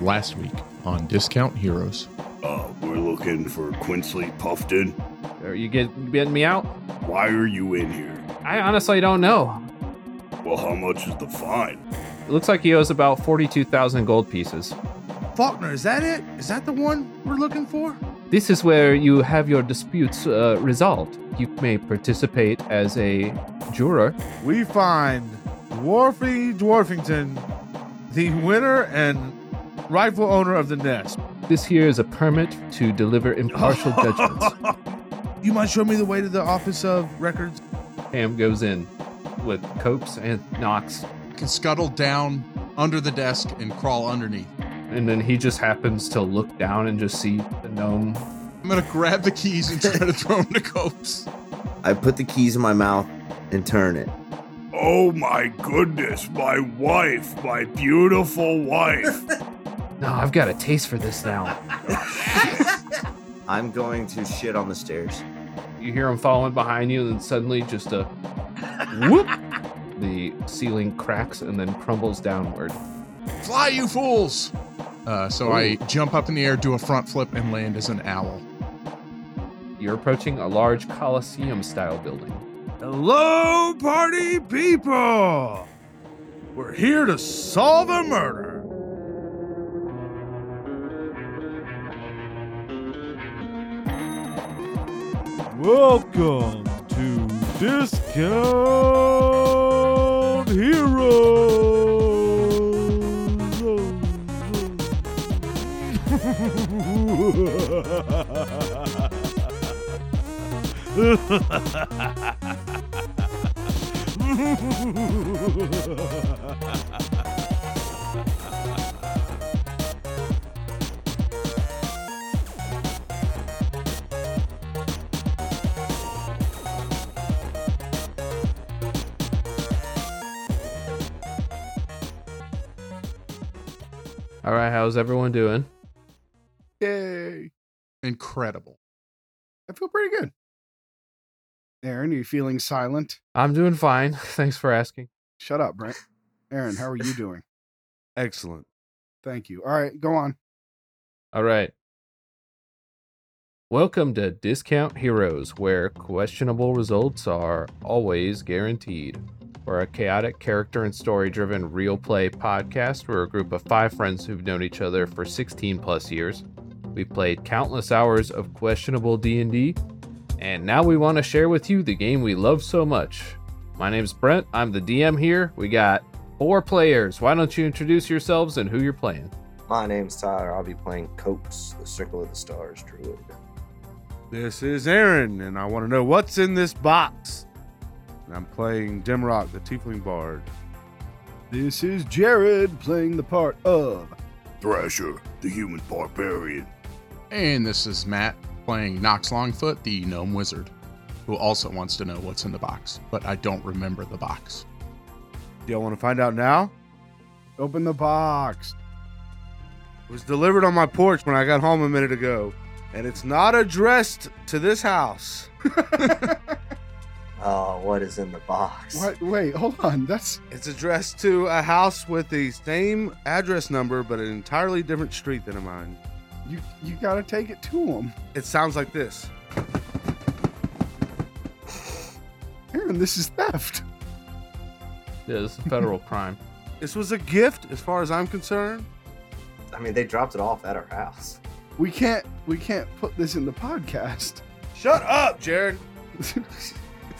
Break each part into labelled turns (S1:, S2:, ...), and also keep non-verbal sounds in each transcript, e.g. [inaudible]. S1: last week on Discount Heroes.
S2: Uh, we're looking for Quincy Puffton.
S3: Are you get, getting me out?
S2: Why are you in here?
S3: I honestly don't know.
S2: Well, how much is the fine?
S3: It looks like he owes about 42,000 gold pieces.
S4: Faulkner, is that it? Is that the one we're looking for?
S3: This is where you have your disputes uh, resolved. You may participate as a juror.
S4: We find Dwarfy Dwarfington, the winner and rightful owner of the nest.
S3: This here is a permit to deliver
S4: [laughs]
S3: impartial judgments.
S4: You mind show me the way to the office of records?
S3: Ham goes in with Copes and Knox,
S5: can scuttle down under the desk and crawl underneath.
S3: and then he just happens to look down and just see the gnome.
S5: I'm gonna grab the keys and try to throw them to Copes.
S6: I put the keys in my mouth and turn it.
S2: Oh my goodness, my wife, my beautiful wife.
S3: No, I've got a taste for this now.
S6: I'm going to shit on the stairs.
S3: You hear him falling behind you, and then suddenly just a whoop. The ceiling cracks and then crumbles downward.
S5: Fly, you fools! Uh, so I jump up in the air, do a front flip, and land as an owl.
S3: You're approaching a large Colosseum style building.
S4: Hello, party people! We're here to solve a murder. Welcome to Discount [laughs] Heroes.
S3: All right, how's everyone doing?
S7: Yay.
S5: Incredible.
S7: I feel pretty good. Aaron, are you feeling silent?
S3: I'm doing fine. [laughs] Thanks for asking.
S7: Shut up, Brent. Aaron, how are
S4: [laughs]
S7: you doing?
S4: Excellent.
S7: Thank you. All right, go on.
S3: All right. Welcome to Discount Heroes, where questionable results are always guaranteed. We're a chaotic, character and story driven real play podcast. We're a group of five friends who've known each other for 16 plus years. We played countless hours of questionable D&D, and now we want to share with you the game we love so much. My name's Brent. I'm the DM here. We got four players. Why don't you introduce yourselves and who you're playing?
S6: My name's Tyler. I'll be playing Copes, the Circle of the Stars druid.
S4: This is Aaron, and I want to know what's in this box. And I'm playing Dimrock, the Tiefling Bard.
S7: This is Jared playing the part of.
S2: Thrasher, the human barbarian.
S5: And this is Matt playing Knox Longfoot, the gnome wizard, who also wants to know what's in the box, but I don't remember the box.
S4: Do y'all want to find out now?
S7: Open the box.
S4: It was delivered on my porch when I got home a minute ago, and it's not addressed to this house.
S6: Oh, what is in the box?
S7: What? Wait, hold on. That's
S4: It's addressed to a house with the same address number, but an entirely different street than mine.
S7: you. You gotta take it to him,
S4: It sounds like this.
S7: Aaron. This is theft.
S3: Yeah, this is a federal [laughs] crime.
S4: This was a gift, as far as I'm concerned.
S6: I mean, they dropped it off at our house.
S7: We can't. We can't put this in the podcast. [laughs]
S4: Shut up, Jared.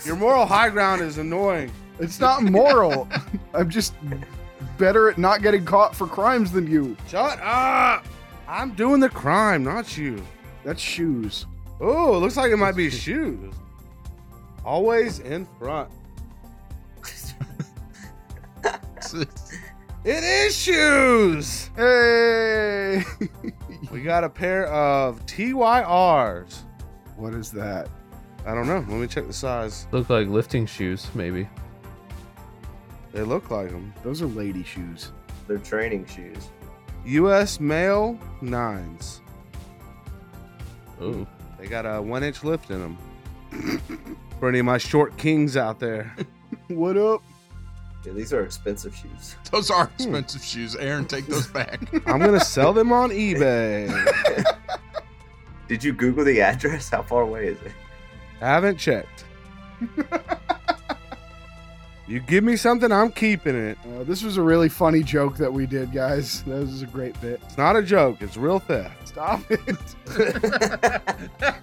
S4: Your moral high ground is annoying.
S7: it's not moral. I'm just better at not getting caught for crimes than you.
S4: Shut up! I'm doing the crime, not you.
S7: That's shoes.
S4: Oh, it looks like it might be shoes. Always in front. It is shoes!
S7: Hey.
S4: [laughs] We got a pair of TYRs.
S7: what is that?
S4: I don't know. Let me check the size.
S3: Look like lifting shoes, maybe.
S4: They look like them.
S7: Those are lady shoes.
S6: They're training shoes.
S4: US male nines.
S3: Oh,
S4: They got a one inch lift in them. For any of my short kings out there.
S7: What up?
S6: Yeah, these are expensive shoes. [laughs]
S5: [laughs] Those are expensive shoes. Aaron, take those back.
S4: I'm gonna sell them on eBay.
S6: Did you Google the address? How far away is it?
S4: I haven't checked. you give me something, I'm keeping it.
S7: Uh, this was a really funny joke that we did, guys. [laughs] That was a great bit.
S4: It's not a joke, it's real theft.
S7: Stop it. [laughs]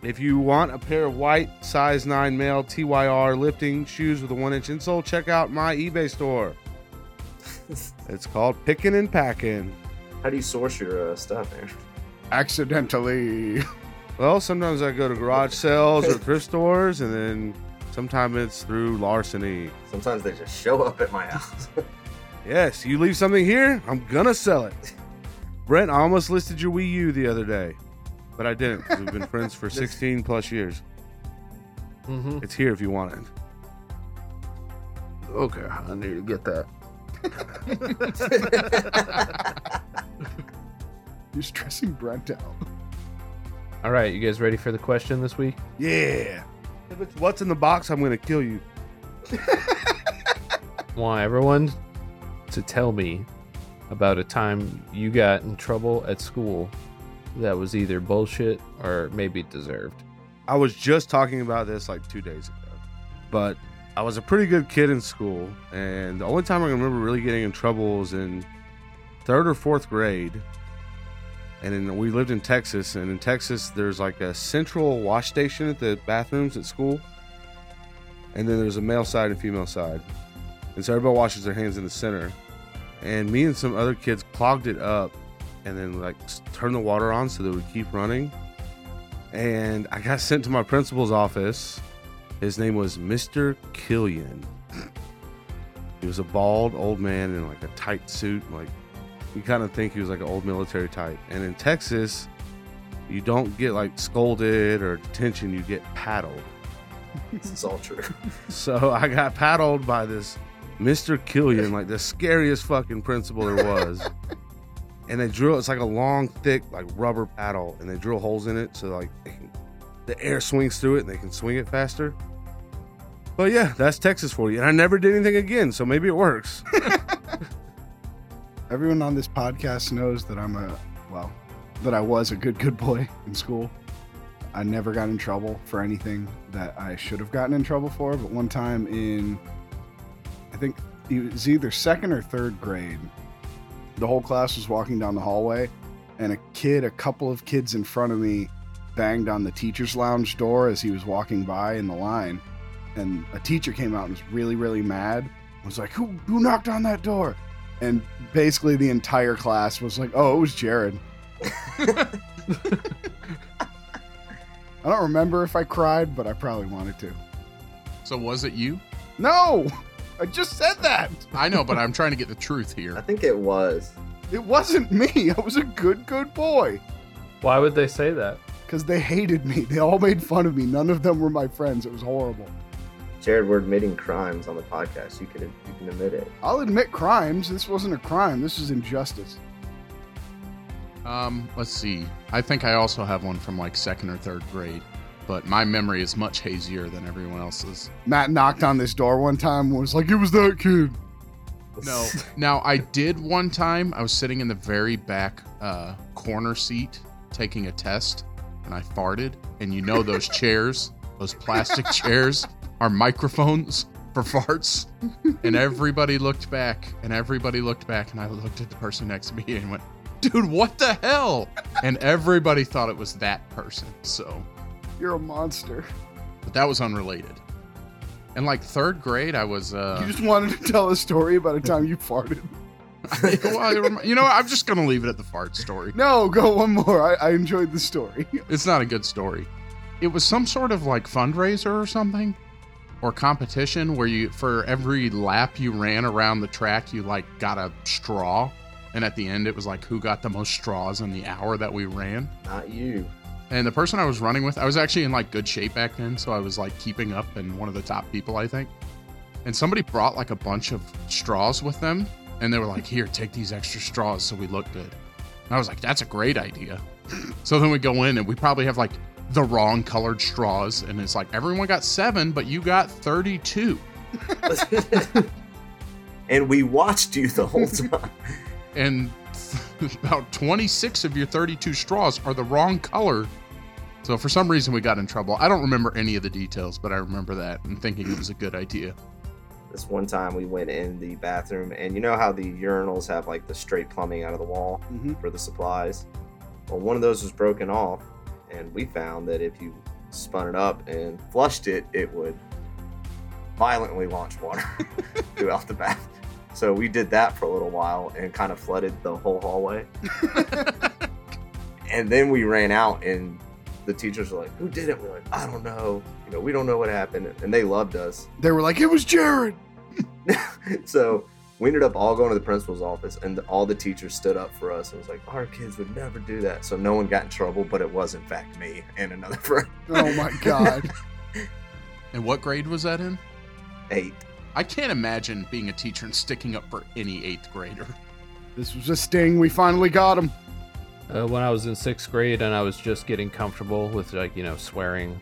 S4: If you want a pair of white size 9 male TYR lifting shoes with a 1 inch insole, check out my eBay store. It's called Pickin' and Packin'.
S6: How do you source your uh, stuff, Aaron?
S7: Accidentally. [laughs]
S4: Well, sometimes I go to garage sales [laughs] or thrift stores, and then sometimes it's through larceny.
S6: Sometimes they just show up at my
S4: [laughs]
S6: house.
S4: Yes, you leave something here, I'm gonna sell it. Brent, I almost listed your Wii U the other day, but I didn't. 'cause We've been friends [laughs] for 16 plus years.
S3: Mm-hmm.
S4: It's here if you want it.
S3: Okay, I need to get that.
S7: You're stressing Brent out.
S3: All right, you guys ready for the question this week?
S4: Yeah. If it's what's in the box, I'm gonna kill you.
S3: want everyone to tell me about a time you got in trouble at school that was either bullshit or maybe deserved.
S4: I was just talking about this like two days ago, but I was a pretty good kid in school, and the only time I can remember really getting in trouble was in third or fourth grade. And then we lived in Texas, and in Texas, there's like a central wash station at the bathrooms at school, and then there's a male side and female side, and so everybody washes their hands in the center. And me and some other kids clogged it up, and then like s- turned the water on so that it would keep running and I got [laughs] sent to my principal's office. His name was Mr. Killian. He was a bald old man in like a tight suit. Like you kind of think he was like an old military type. And in Texas, you don't get like scolded or detention, you get paddled.
S6: this is all true.
S4: So [laughs] I got paddled by this Mr. Killian, like the scariest fucking principal there was. and they drill, it's like a long, thick, like rubber paddle, and they drill holes in it so like they can, the air swings through it and they can swing it faster. But yeah, that's Texas for you. And I never did anything again, so maybe it works.
S7: Everyone on this podcast knows that I'm a, well, that I was a good, good boy in school. I never got in trouble for anything that I should have gotten in trouble for. But one time in, I think it was either second or third grade, the whole class was walking down the hallway, and a kid, a couple of kids in front of me, banged on the teacher's lounge door as he was walking by in the line. And a teacher came out and was really, really mad. Was like, "Who who knocked on that door?" And basically, the entire class was like, "Oh, it was Jared." I don't remember if I cried, but I probably wanted to.
S5: So was it you?
S7: No, I just said that.
S5: I know, but I'm trying to get the truth
S6: I
S5: here.
S6: think it was.
S7: It wasn't me. I was a good, good boy.
S3: Why would they say that?
S7: Because they hated me. They all made fun of me. None of them were my friends. It was horrible.
S6: Jared, we're admitting crimes on the podcast. You can you can admit it.
S7: I'll admit crimes. This wasn't a crime. This was injustice.
S5: Um, let's see. I think I also have one from like second or third grade, but my memory is much hazier than everyone else's.
S7: Matt knocked on this door one time and was like, it was that kid.
S5: No. now I did one time. I was sitting in the very back uh, corner seat taking a test, and I farted. And you know those chairs, those plastic chairs, are microphones for farts. And everybody looked back, and everybody looked back, and I looked at the person next to me and went, "Dude, what the hell?" And everybody thought it was that person. So,
S7: You're a monster.
S5: but that was unrelated. And like third grade, I was. Uh, [laughs]
S7: you just wanted to tell a story about a time you farted.
S5: well, it remi- you know, what? I'm just gonna leave it at the fart story.
S7: No, go one more. I, I enjoyed the story. [laughs]
S5: It's not a good story. It was some sort of like fundraiser or something or competition where you for every lap you ran around the track you like got a straw and at the end it was like who got the most straws in the hour that we ran.
S6: Not you.
S5: And the person I was running with, I was actually in like good shape back then, so I was like keeping up and one of the top people, I think. And somebody brought like a bunch of straws with them, and they were like, "Here, take these extra straws so we look good." And I was like, "That's a great idea." [laughs] so then we go in and we probably have like the wrong colored straws, and it's like everyone got seven, but you got thirty-two.
S6: and we watched you the whole [laughs] time.
S5: and [laughs] about 26 of your 32 straws are the wrong color. So for some reason we got in trouble. I don't remember any of the details, but I remember that and thinking it was a good idea.
S6: This one time we went in the bathroom, and you know how the urinals have like the straight plumbing out of the wall
S7: Mhm.
S6: for the supplies? Well, one of those was broken off, and we found that if you spun it up and flushed it, it would violently launch water [laughs] throughout the bath. So we did that for a little while and kind of flooded the whole hallway. and then we ran out and the teachers were like, Who did it? We're like, I don't know. You know, we don't know what happened. And they loved us
S7: They were like, it was Jared.
S6: [laughs] so we ended up all going to the principal's office, and all the teachers stood up for us and was like, "Our kids would never do that." So no one got in trouble, but it was in fact me and another [laughs] friend.
S7: Oh my god.
S5: And what grade was that in?
S6: Eight.
S5: I can't imagine being a teacher and sticking up for any 8th grader.
S7: this was a sting. We finally got him.
S3: uh, when I was in sixth grade and I was just getting comfortable with like you know swearing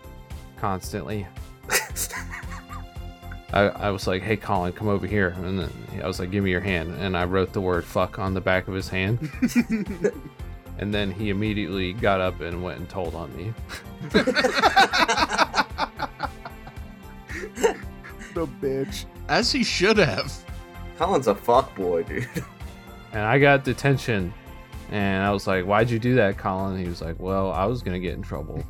S3: constantly. [laughs] I, I was like, "Hey, Colin, come over here," and then I was like, "Give me your hand," and I wrote the word "fuck" on the back of his hand, and then he immediately got up and went and told on me.
S7: The bitch.
S5: As he should have.
S6: Colin's a fuck boy, dude. [laughs]
S3: and I got detention. And I was like, "Why'd you do that, Colin?" He was like, "Well, I was gonna get in trouble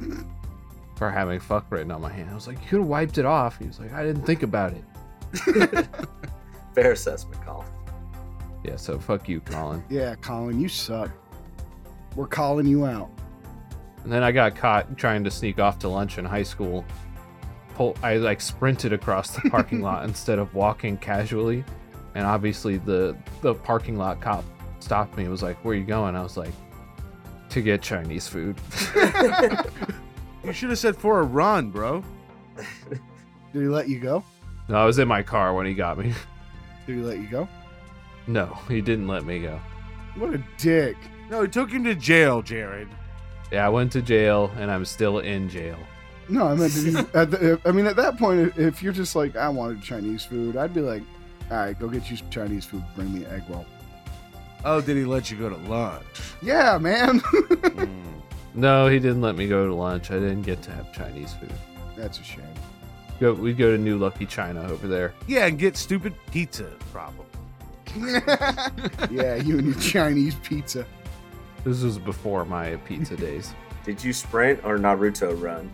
S3: for having fuck written on my hand." I was like, "You could have wiped it off." He was like, "I didn't think about it."
S6: Fair assessment, Colin.
S3: Yeah, so fuck you, Colin.
S7: Yeah, Colin, you suck. We're calling you out.
S3: And then I got caught trying to sneak off to lunch in high school. Pull, I like sprinted across the parking lot instead of walking casually, and obviously the the parking lot cop stopped me. and was like, "Where you going?" I was like, "To get Chinese food." [laughs]
S4: You should have said for a run, bro.
S7: Did he let you go?
S3: no, I was in my car when he got me. [laughs]
S7: Did he let you go?
S3: No, he didn't let me go.
S7: What a dick.
S4: No, he took him to jail, Jared.
S3: Yeah, I went to jail and I'm still in jail.
S7: No, I meant to be, at the, I mean, at that point, if- if you're just like, I wanted Chinese food, I'd be like, all right, go get you some Chinese food. Bring me an egg roll.
S4: Oh, did he let you go to lunch?
S7: Yeah, man. [laughs]
S4: Mm.
S3: No, he didn't let me go to lunch. I didn't get to have Chinese food.
S7: That's a shame.
S3: Go, we'd go to New Lucky China over there.
S4: Yeah, and get stupid pizza, problem.
S7: Yeah, you and your Chinese pizza.
S3: This was before my pizza days.
S6: Did you sprint or Naruto run?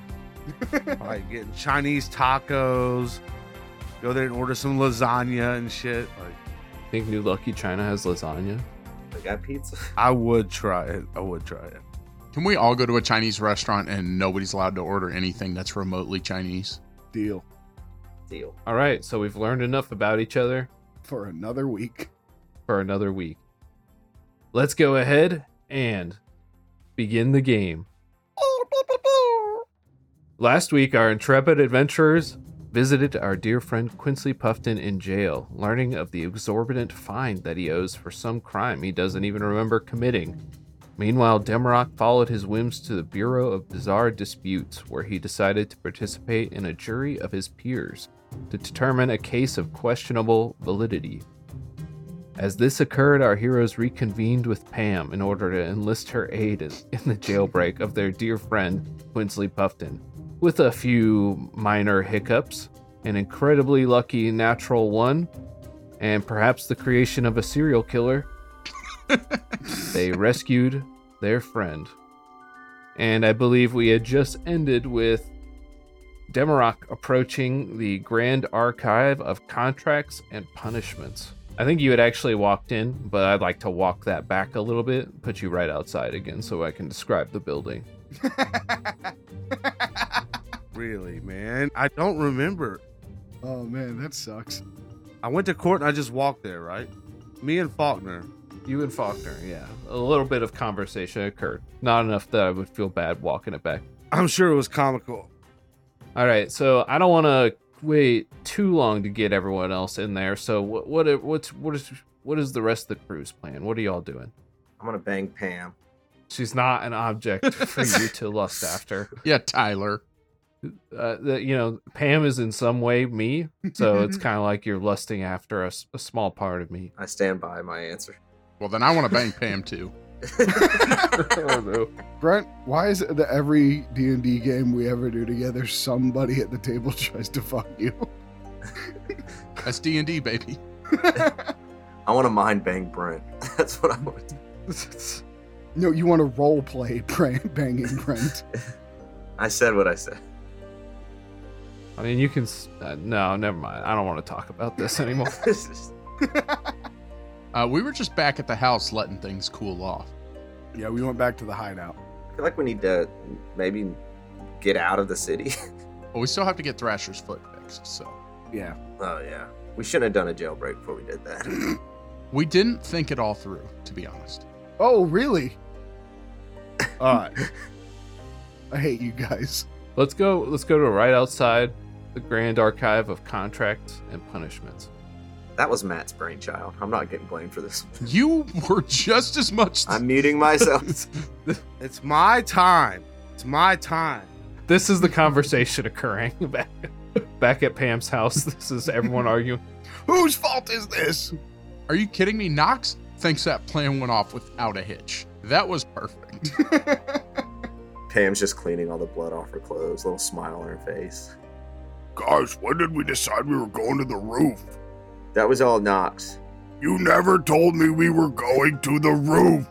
S4: Like getting Chinese tacos. Go there and order some lasagna and shit. Like,
S3: I think New Lucky China has lasagna.
S6: They got pizza. [laughs]
S4: I would try it. I would try it.
S5: Can we all go to a Chinese restaurant and nobody's allowed to order anything that's remotely Chinese?
S7: Deal
S6: Deal.
S3: All right, so we've learned enough about each other
S7: for another week.
S3: for another week. Let's go ahead and begin the game. Last week, our intrepid adventurers visited our dear friend Quincy Puffton in jail, learning of the exorbitant fine that he owes for some crime he doesn't even remember committing. Meanwhile, Demarok followed his whims to the Bureau of Bizarre Disputes, where he decided to participate in a jury of his peers to determine a case of questionable validity. As this occurred, our heroes reconvened with Pam in order to enlist her aid in in the jailbreak of their dear friend, Winsley Puffton. With a few minor hiccups, an incredibly lucky natural one, and perhaps the creation of a serial killer, they rescued their friend. And I believe we had just ended with Demarok approaching the Grand Archive of Contracts and Punishments. I think you had actually walked in, but I'd like to walk that back a little bit, put you right outside again so I can describe the building.
S4: Really, man. I don't remember.
S7: Oh, man, that sucks.
S4: I went to court and I just walked there, right? Me and Faulkner.
S3: You and Faulkner, yeah. A little bit of conversation occurred. Not enough that I would feel bad walking it back.
S4: I'm sure it was comical.
S3: All right, so I don't want to wait too long to get everyone else in there. So what what what's what is what is the rest of the crew's plan? What are y'all doing?
S6: I'm gonna bang Pam.
S3: [laughs] She's not an object for you to lust after.
S5: Yeah, Tyler.
S3: uh, that you know Pam is in some way me,
S7: [laughs]
S3: so it's kind of like you're lusting after a, s- a small part of me.
S6: I stand by my answer. [laughs]
S5: Well, then I want to bang Pam too.
S3: [laughs]
S4: oh, no.
S7: Brent, why is it that every D and D game we ever do together, somebody at the table [laughs] tries to fuck
S3: [laughs]
S7: you?
S5: That's D and D, baby.
S6: I want to mind bang Brent. [laughs] That's what I want to do.
S7: No, you want to role play prank
S3: [laughs]
S7: banging [laughs] Brent.
S6: I said what I said. [laughs]
S3: I mean, you can. s- Uh, no, never mind. I don't want to talk about this anymore.
S6: [laughs] This is-
S5: Uh, we were just back at the house letting things cool off.
S7: yeah, we went back to the hideout.
S6: I feel like we need to maybe get out of the city.
S5: But we still have to get Thrasher's foot fixed. So
S7: Yeah,
S6: Oh, yeah. We shouldn't have done a jailbreak before we did that.
S5: we didn't think it all through, to be honest.
S7: Oh, really?
S4: All right.
S7: I hate you guys.
S3: let's go. Let's go to right outside the Grand Archive of Contracts and Punishments.
S6: That was Matt's brainchild. I'm not getting blamed for this.
S5: You [laughs] were just as much. [laughs]
S6: I'm muting myself. [laughs]
S4: It's my time. It's my time.
S3: [laughs] This is the conversation occurring [laughs] back back at Pam's house. [laughs] This is everyone arguing.
S7: Whose fault is this?
S5: Are you kidding me? Knox thinks that plan went off without a hitch. That was perfect. [laughs]
S6: Pam's just cleaning all the blood off her clothes, little smile on her face.
S2: Guys, when did we decide we were going to the roof?
S6: That was all Knox.
S2: You never told me we were going to the roof.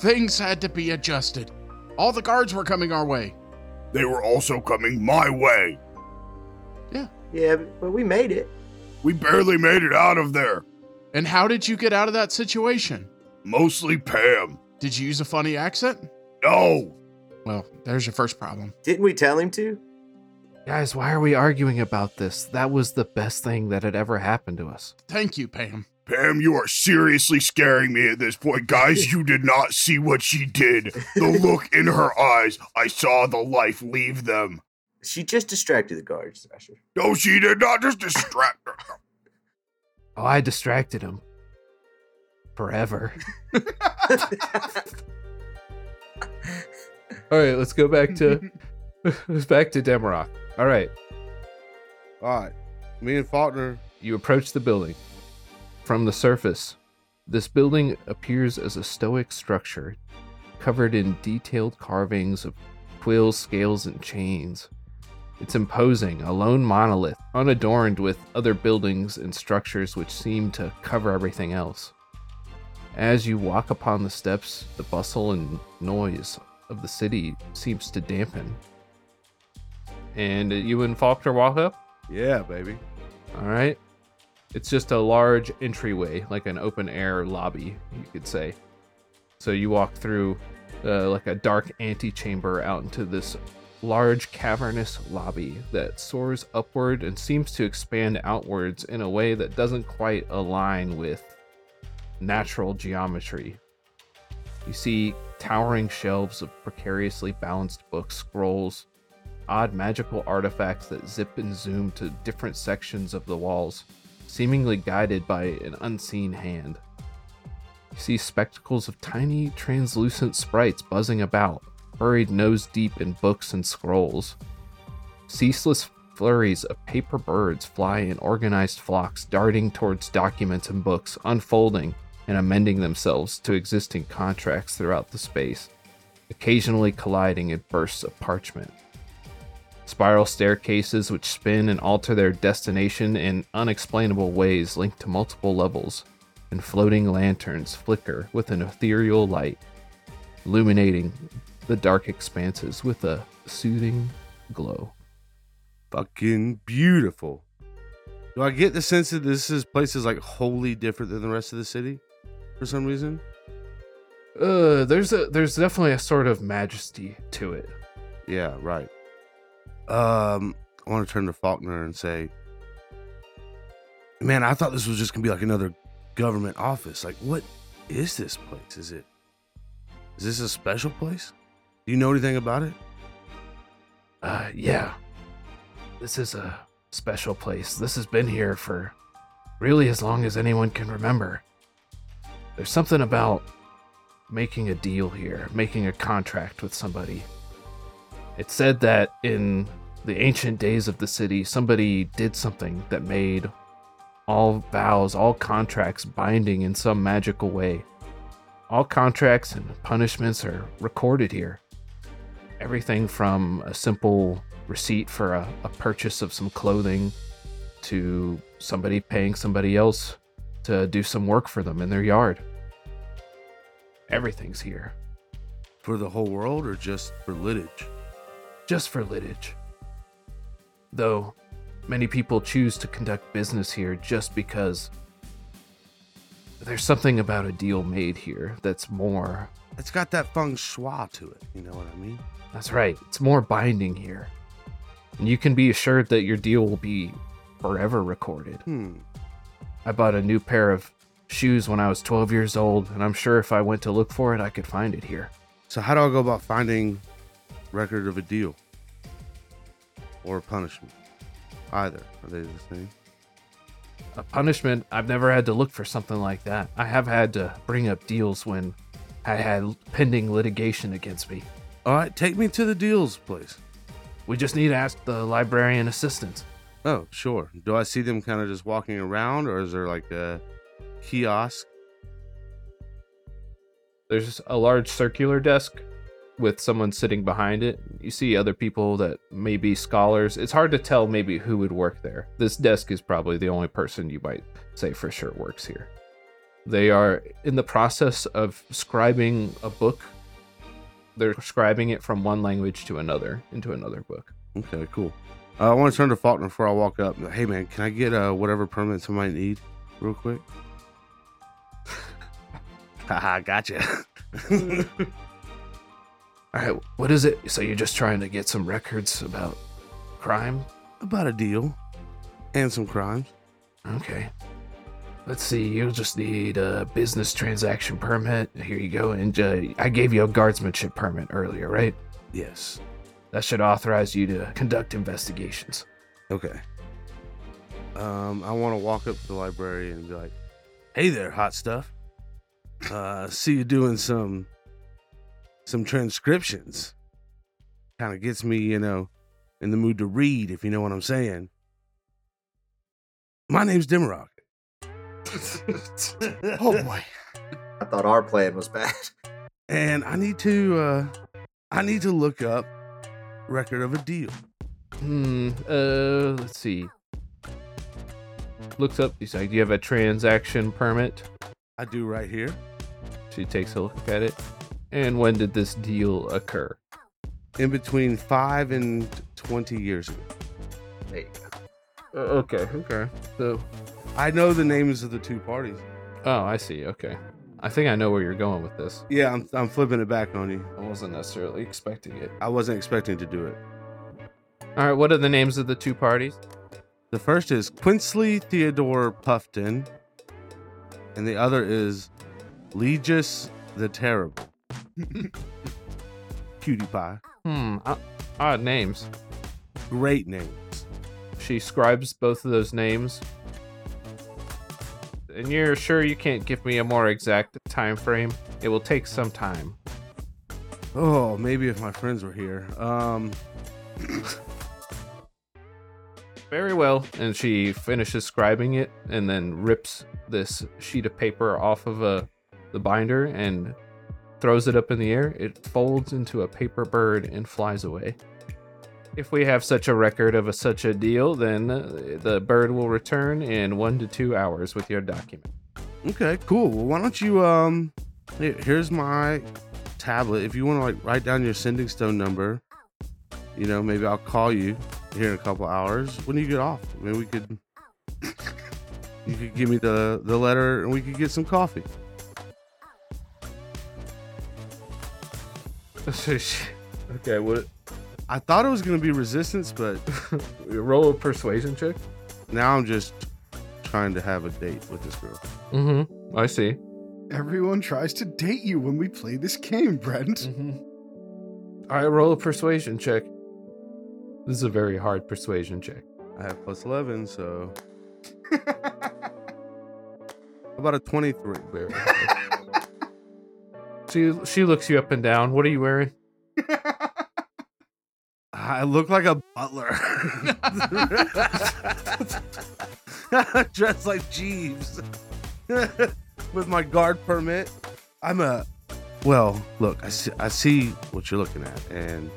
S5: Things had to be adjusted. All the guards were coming our way.
S2: They were also coming my way.
S6: Yeah, but we made it.
S2: We barely made it out of there.
S5: And how did you get out of that situation?
S2: Mostly Pam.
S5: Did you use a funny accent?
S2: No,
S5: Well, there's your first problem.
S6: Didn't we tell him to?
S3: Guys, why are we arguing about this? That was the best thing that had ever happened to us.
S5: Thank you, Pam.
S2: Pam, you are seriously scaring me at this point. Guys, you did not see what she did. The look in her eyes. I saw the life leave them.
S6: She just distracted the guards, [laughs] Thrasher.
S2: No, she did not just distract her.
S3: Oh, I distracted him. Forever. All right, let's go back to [laughs] back to Demarok. All right,
S4: All right. Me and Faulkner.
S3: you approach the building from the surface. This building appears as a stoic structure covered in detailed carvings of quills, scales, and chains. It's imposing, a lone monolith, unadorned with other buildings and structures which seem to cover everything else. As you walk upon the steps, the bustle and noise of the city seems to dampen. And you and Faulkner walk up?
S4: Yeah, baby.
S3: All right. It's just a large entryway, like an open air lobby, you could say. So you walk through uh, like a dark antechamber out into this large cavernous lobby that soars upward and seems to expand outwards in a way that doesn't quite align with natural geometry. You see towering shelves of precariously balanced books, scrolls, odd magical artifacts that zip and zoom to different sections of the walls, seemingly guided by an unseen hand. You see spectacles of tiny, translucent sprites buzzing about, buried nose deep in books and scrolls. Ceaseless flurries of paper birds fly in organized flocks, darting towards documents and books, unfolding and amending themselves to existing contracts throughout the space, occasionally colliding in bursts of parchment spiral staircases which spin and alter their destination in unexplainable ways linked to multiple levels, and floating lanterns flicker with an ethereal light, illuminating the dark expanses with a soothing glow.
S4: Fucking beautiful. Do I get the sense that this is place is like wholly different than the rest of the city for some reason?
S3: Uh, there's a there's definitely a sort of majesty to it.
S4: Yeah, right. Um, I want to turn to Faulkner and say, "Man, I thought this was just gonna be like another government office. Like, what is this place? Is it? Is this a special place? Do you know anything about it?
S3: Uh, yeah. This is a special place. This has been here for really as long as anyone can remember. There's something about making a deal here, making a contract with somebody. It said that in the ancient days of the city, somebody did something that made all vows, all contracts binding in some magical way. All contracts and punishments are recorded here. Everything from a simple receipt for a, a purchase of some clothing to somebody paying somebody else to do some work for them in their yard. Everything's here.
S4: For the whole world or just for litage?
S3: just for litage. Though many people choose to conduct business here just because there's something about a deal made here that's more.
S4: It's got that feng shui to it. You know what I mean?
S3: That's right, it's more binding here. And you can be assured that your deal will be forever recorded.
S4: Hmm.
S3: I bought a new pair of shoes when I was 12 years old, and I'm sure if I went to look for it, I could find it here.
S4: So how do I go about finding record of a deal or punishment? Either are they the same?
S3: a punishment. I've never had to look for something like that. I have had to bring up deals when I had pending litigation against me.
S4: All right, take me to the deals place.
S3: We just need to ask the librarian assistant.
S4: Oh, sure. Do I see them kind of just walking around, or is there like a kiosk?
S3: There's a large circular desk with someone sitting behind it. You see other people that may be scholars. It's hard to tell maybe who would work there. This desk is probably the only person you might say for sure works here. They are in the process of scribing a book. They're scribing it from one language to another into another book.
S4: Okay, cool. Uh, I want to turn to Faulkner before I walk up. Hey, man, can I get uh, whatever permits I might need real quick? [laughs] Haha, gotcha. [laughs]
S3: All right, what is it? So you're just trying to get some records about crime?
S4: About a deal and some crimes.
S3: Okay. Let's see. You'll just need a business transaction permit. Here you go. And uh, I gave you a guardsmanship permit earlier, right?
S4: Yes.
S3: That should authorize you to conduct investigations.
S4: Okay. Um, I want to walk up to the library and be like, "Hey there, hot stuff. Uh, see you doing some some transcriptions. Kind of gets me, you know, in the mood to read, if you know what I'm saying. My name's Demarok.
S3: [laughs]
S7: Oh boy.
S6: I thought our plan was bad. [laughs]
S4: and I need to uh, I need to look up record of a deal.
S3: Hmm. Uh. Let's see. Looks up. He's like, "Do you have a transaction permit?"
S4: I do right here
S3: She takes a look at it. And when did this deal occur?
S4: in between five and twenty years ago.
S6: There you go.
S3: Uh, okay. Okay. So
S4: I know the names of the two parties.
S3: Oh, I see. Okay. I think I know where you're going with this.
S4: Yeah, I'm, I'm flipping it back on you.
S3: I wasn't necessarily expecting it.
S4: I wasn't expecting to do it.
S3: All right, what are the names of the two parties?
S4: The first is Quinsley Theodore Puffton, and the other is Legis the Terrible. [laughs] Cutie Pie.
S3: Hmm, o- odd names.
S4: Great names.
S3: She scribes both of those names. And you're sure you can't give me a more exact time frame? It will take some time.
S4: Oh, maybe if my friends were here. Um,
S3: Very well. And she finishes scribing it and then rips this sheet of paper off of a, the binder and throws it up in the air. It folds into a paper bird and flies away. If we have such a record of a, such a deal, then uh, the bird will return in one to two hours with your document.
S4: Okay, cool. Well, why don't you um here- here's my tablet. If you want to like write down your sending stone number, you know, maybe I'll call you here in a couple hours. When do you get off? Maybe we could [laughs] you could give me the the letter and we could get some coffee.
S3: [laughs] okay, what? [laughs]
S4: I thought it was going to be resistance, but [laughs]
S3: Roll a persuasion check.
S4: now I'm just trying to have a date with this girl.
S3: Mm-hmm. I see.
S7: Everyone tries to date you when we play this game, Brent.
S3: Mm-hmm. All right, roll a persuasion check. This is a very hard persuasion check.
S4: I have plus 11, so How about a 23.
S3: Clearly. she she looks you up and down. What are you wearing?
S4: I look like a butler. Dressed like Jeeves. [laughs] With my guard permit. I'm a. Well, look, I see, I see what you're looking at. And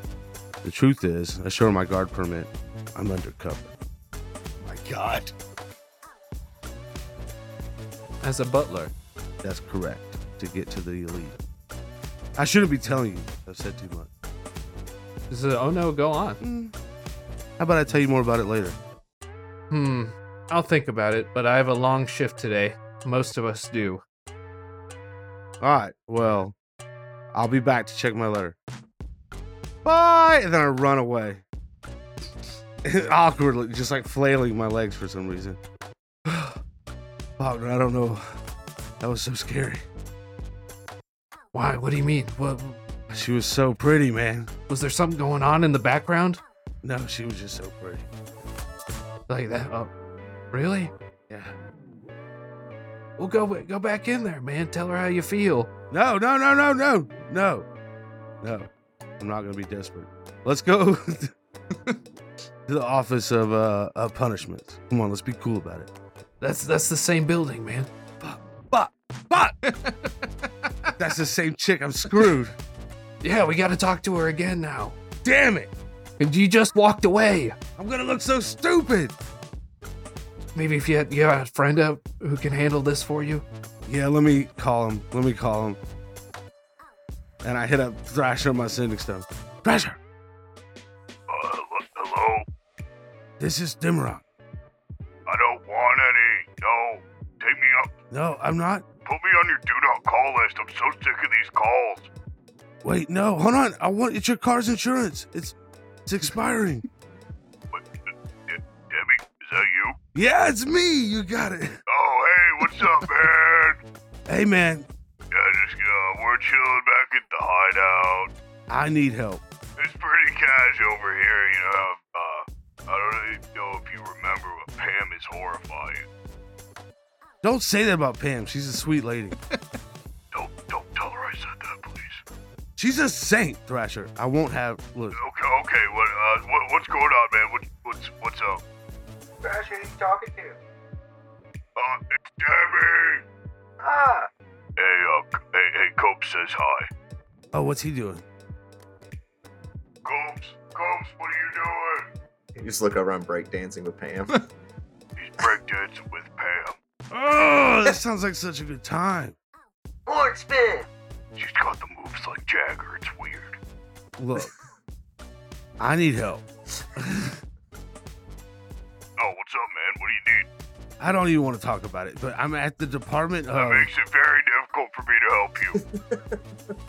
S4: the truth is, I show her my guard permit. I'm undercover.
S2: My God.
S3: As a butler.
S4: That's correct. To get to the elite. I shouldn't be telling you. I've said too much.
S3: This is, oh no, go on.
S4: How about I tell you more about it later?
S3: Hmm. I'll think about it, but I have a long shift today. Most of us do.
S4: All right. Well, I'll be back to check my letter. Bye. And then I run away. [laughs] Awkwardly, just like flailing my legs for some reason. [sighs] Wagner, I don't know. That was so scary.
S3: Why? What do you mean? What,
S4: She was so pretty, man.
S3: was there something going on in the background?
S4: No, she was just so pretty.
S3: Like that? Oh, really?
S4: Yeah.
S3: Well, go go back in there, man. Tell her how you feel.
S4: No, no, no, no, no, no, no. I'm not gonna be desperate. Let's go [laughs] to the office of uh, uh punishments. Come on, let's be cool about it.
S3: That's that's the same building, man.
S4: But, but that's the same chick. I'm screwed.
S3: Yeah, we got to talk to her again now.
S4: Damn it!
S3: And you just walked away.
S4: I'm gonna look so stupid.
S3: Maybe if you had, you had a friend out who can handle this for you.
S4: Yeah, let me call him. Let me call him. And I hit up Thrasher, my sending stone. Thrasher,
S2: Hello?
S4: this is Dimrock.
S2: I don't want any. No. Take me up.
S4: No, I'm not.
S2: Put me on your do not call list. I'm so sick of these calls.
S4: Wait, no, hold on. I want it's your car's insurance. It's it's [laughs] expiring.
S2: Debbie, is that you?
S4: Yeah, it's me. You got it.
S2: Oh, hey, what's up, [laughs] man?
S4: Hey man,
S2: Yeah, just, uh, we're chilling back at the hideout.
S4: I need help.
S2: It's pretty cash over here, you know. Uh, I don't even know if you remember, but Pam is horrifying.
S4: Don't say that about Pam. She's a sweet lady.
S2: Don't, don't tell her I said that, please.
S4: She's a saint, Thrasher. I won't have look.
S2: Okay, okay. What, uh, what, what's going on, man? What, what's, what's up?
S8: Thrasher, who you talking to?
S2: Uh, it's Debbie.
S8: Ah,
S2: Hey, uh, hey, hey, Cope says hi.
S4: Oh, what's he doing?
S2: Copes, Copes, what are you doing?
S6: You just look over on breakdancing with Pam.
S2: He's breakdancing with Pam.
S4: Oh, that sounds like such a good time.
S8: board spin.
S2: She's got the moves like Jagger. It's weird.
S4: Look, I need help.
S2: Oh, what's up, man? What do you need?
S4: I don't even want to talk about it, but I'm at the department
S2: That
S4: of
S2: makes it very difficult for me to help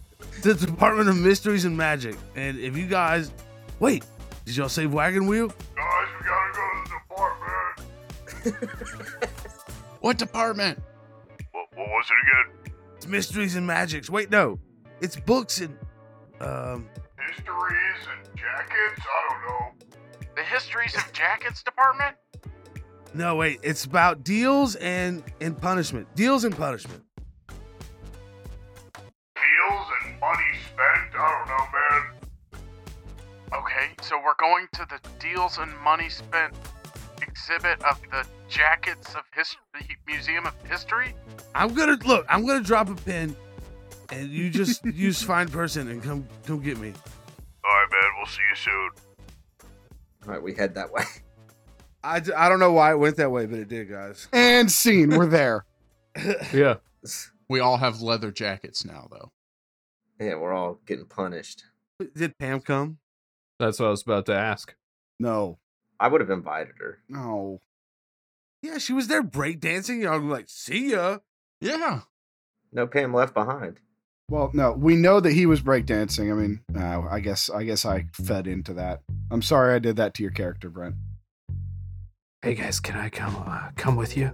S5: [laughs]
S2: you.
S4: the Department of Mysteries and Magic. And if you guys, wait, did y'all save Wagon Wheel?
S2: Guys, we gotta go to the
S5: [laughs]
S2: apartment.
S5: What department?
S2: What, what was it again?
S4: It's Mysteries and Magics. Wait, no, it's books and um,
S2: Histories and jackets? I don't know.
S5: The histories of jackets department?
S4: no, wait, it's about deals and and punishment. Deals and punishment.
S2: Deals and money spent? I don't know, man.
S9: Okay, so we're going to the deals and money spent exhibit of the jackets of Hist- the Museum of History.
S4: I'm gonna look. I'm gonna drop a pin, and you [laughs] just use find person and come come get me.
S2: Alright, man, we'll see you soon.
S6: All right, we head that way. [laughs]
S4: I, d- I don't know why it went that way, but it did, guys.
S7: And scene, we're
S3: [laughs]
S7: there.
S3: Yeah.
S5: We all have leather jackets now, though.
S6: Yeah, we're all getting punished.
S4: Did Pam come?
S3: That's what I was about to ask.
S7: No,
S6: I would have invited her.
S7: no.
S4: Yeah, she was there breakdancing. Y'all were like, see ya.
S5: Yeah.
S6: No Pam left behind.
S7: Well, no, we know that he was breakdancing. I mean, no, I guess I guess I fed into that. I'm sorry I did that to your character, Brent.
S3: Hey guys, can I come uh, come with you?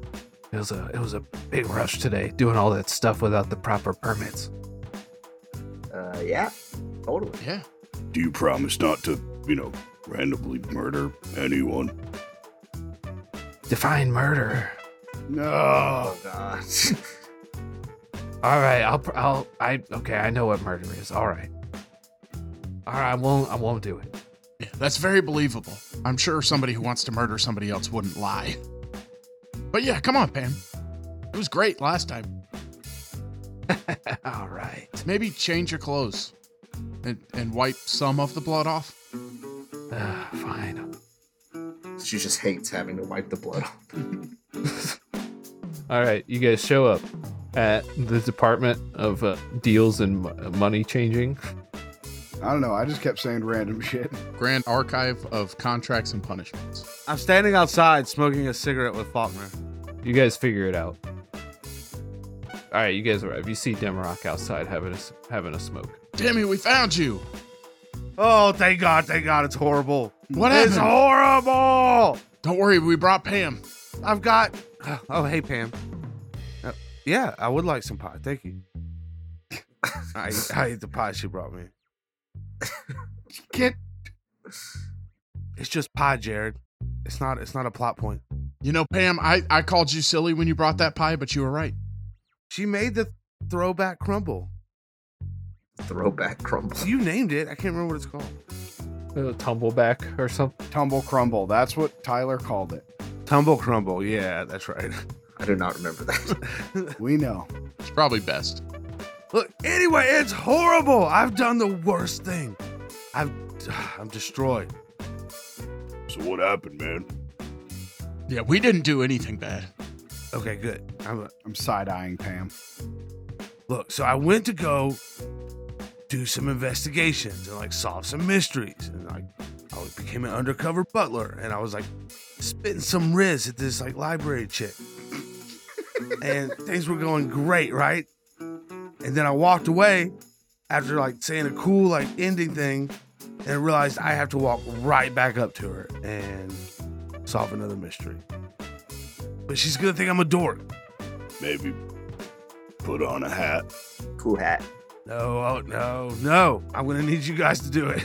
S3: It was a it was a big rush today, doing all that stuff without the proper permits.
S6: Uh, yeah, totally.
S5: Yeah.
S2: Do you promise not to, you know, randomly murder anyone?
S3: Define murder.
S7: No.
S6: Oh god. [laughs]
S3: All right, I'll pr- I'll I okay. I know what murder is. All right. All right, I won't I won't do it.
S5: That's very believable. I'm sure somebody who wants to murder somebody else wouldn't lie. But yeah, come on, Pam. It was great last time.
S3: All right.
S5: Maybe change your clothes and, and wipe some of the blood off.
S3: Ah, fine.
S6: She just hates having to wipe the blood off.
S3: All right, you guys show up at the Department of uh, Deals and Mo- Money Changing.
S7: I don't know. I just kept saying random [laughs] shit.
S5: Grand Archive of Contracts and Punishments.
S4: I'm standing outside smoking a cigarette with Faulkner.
S3: You guys figure it out. All right, you guys arrive. You see Demarok outside having a s- having a smoke.
S5: Timmy, we found you.
S4: Oh, thank God, thank God, it's horrible.
S2: Hmm.
S5: What
S4: It's
S5: happened?
S4: horrible.
S5: Don't worry, we brought Pam.
S4: I've got. Oh, hey, Pam. Uh, yeah, I would like some pie. Thank [laughs] you. I, I ate the pie she brought me.
S7: Get
S6: [laughs]
S4: It's just pie, Jared. It's not. It's not a plot point.
S5: You know, Pam, I, I called you silly when you brought that pie, but you were right.
S4: She made the throwback crumble.
S6: Throwback crumble.
S4: You named it. I can't remember what it's called.
S3: Uh, tumbleback or something.
S7: tumble crumble. That's what Tyler called it.
S4: Tumble crumble. Yeah, that's right. [laughs]
S6: I do not remember that.
S7: We know.
S5: It's probably best.
S4: Look. Anyway, it's horrible. I've done the worst thing. I've. [sighs] I'm destroyed.
S2: So what happened, man?
S5: Yeah, we didn't do anything bad.
S4: Okay, good. I'm.
S7: I'm side eyeing Pam.
S4: Look, so I went to go do some investigations and like solve some mysteries. And like I was- became an undercover butler and I was like spitting some riz at this like library chick. and things were going great, right? And then I walked away after like saying a cool like ending thing and I realized I have to walk right back up to her and solve another mystery. But she's gonna think I'm a dork.
S2: Maybe put on a hat.
S6: [laughs] cool hat.
S4: No, oh no, no. I'm gonna need you guys to do it.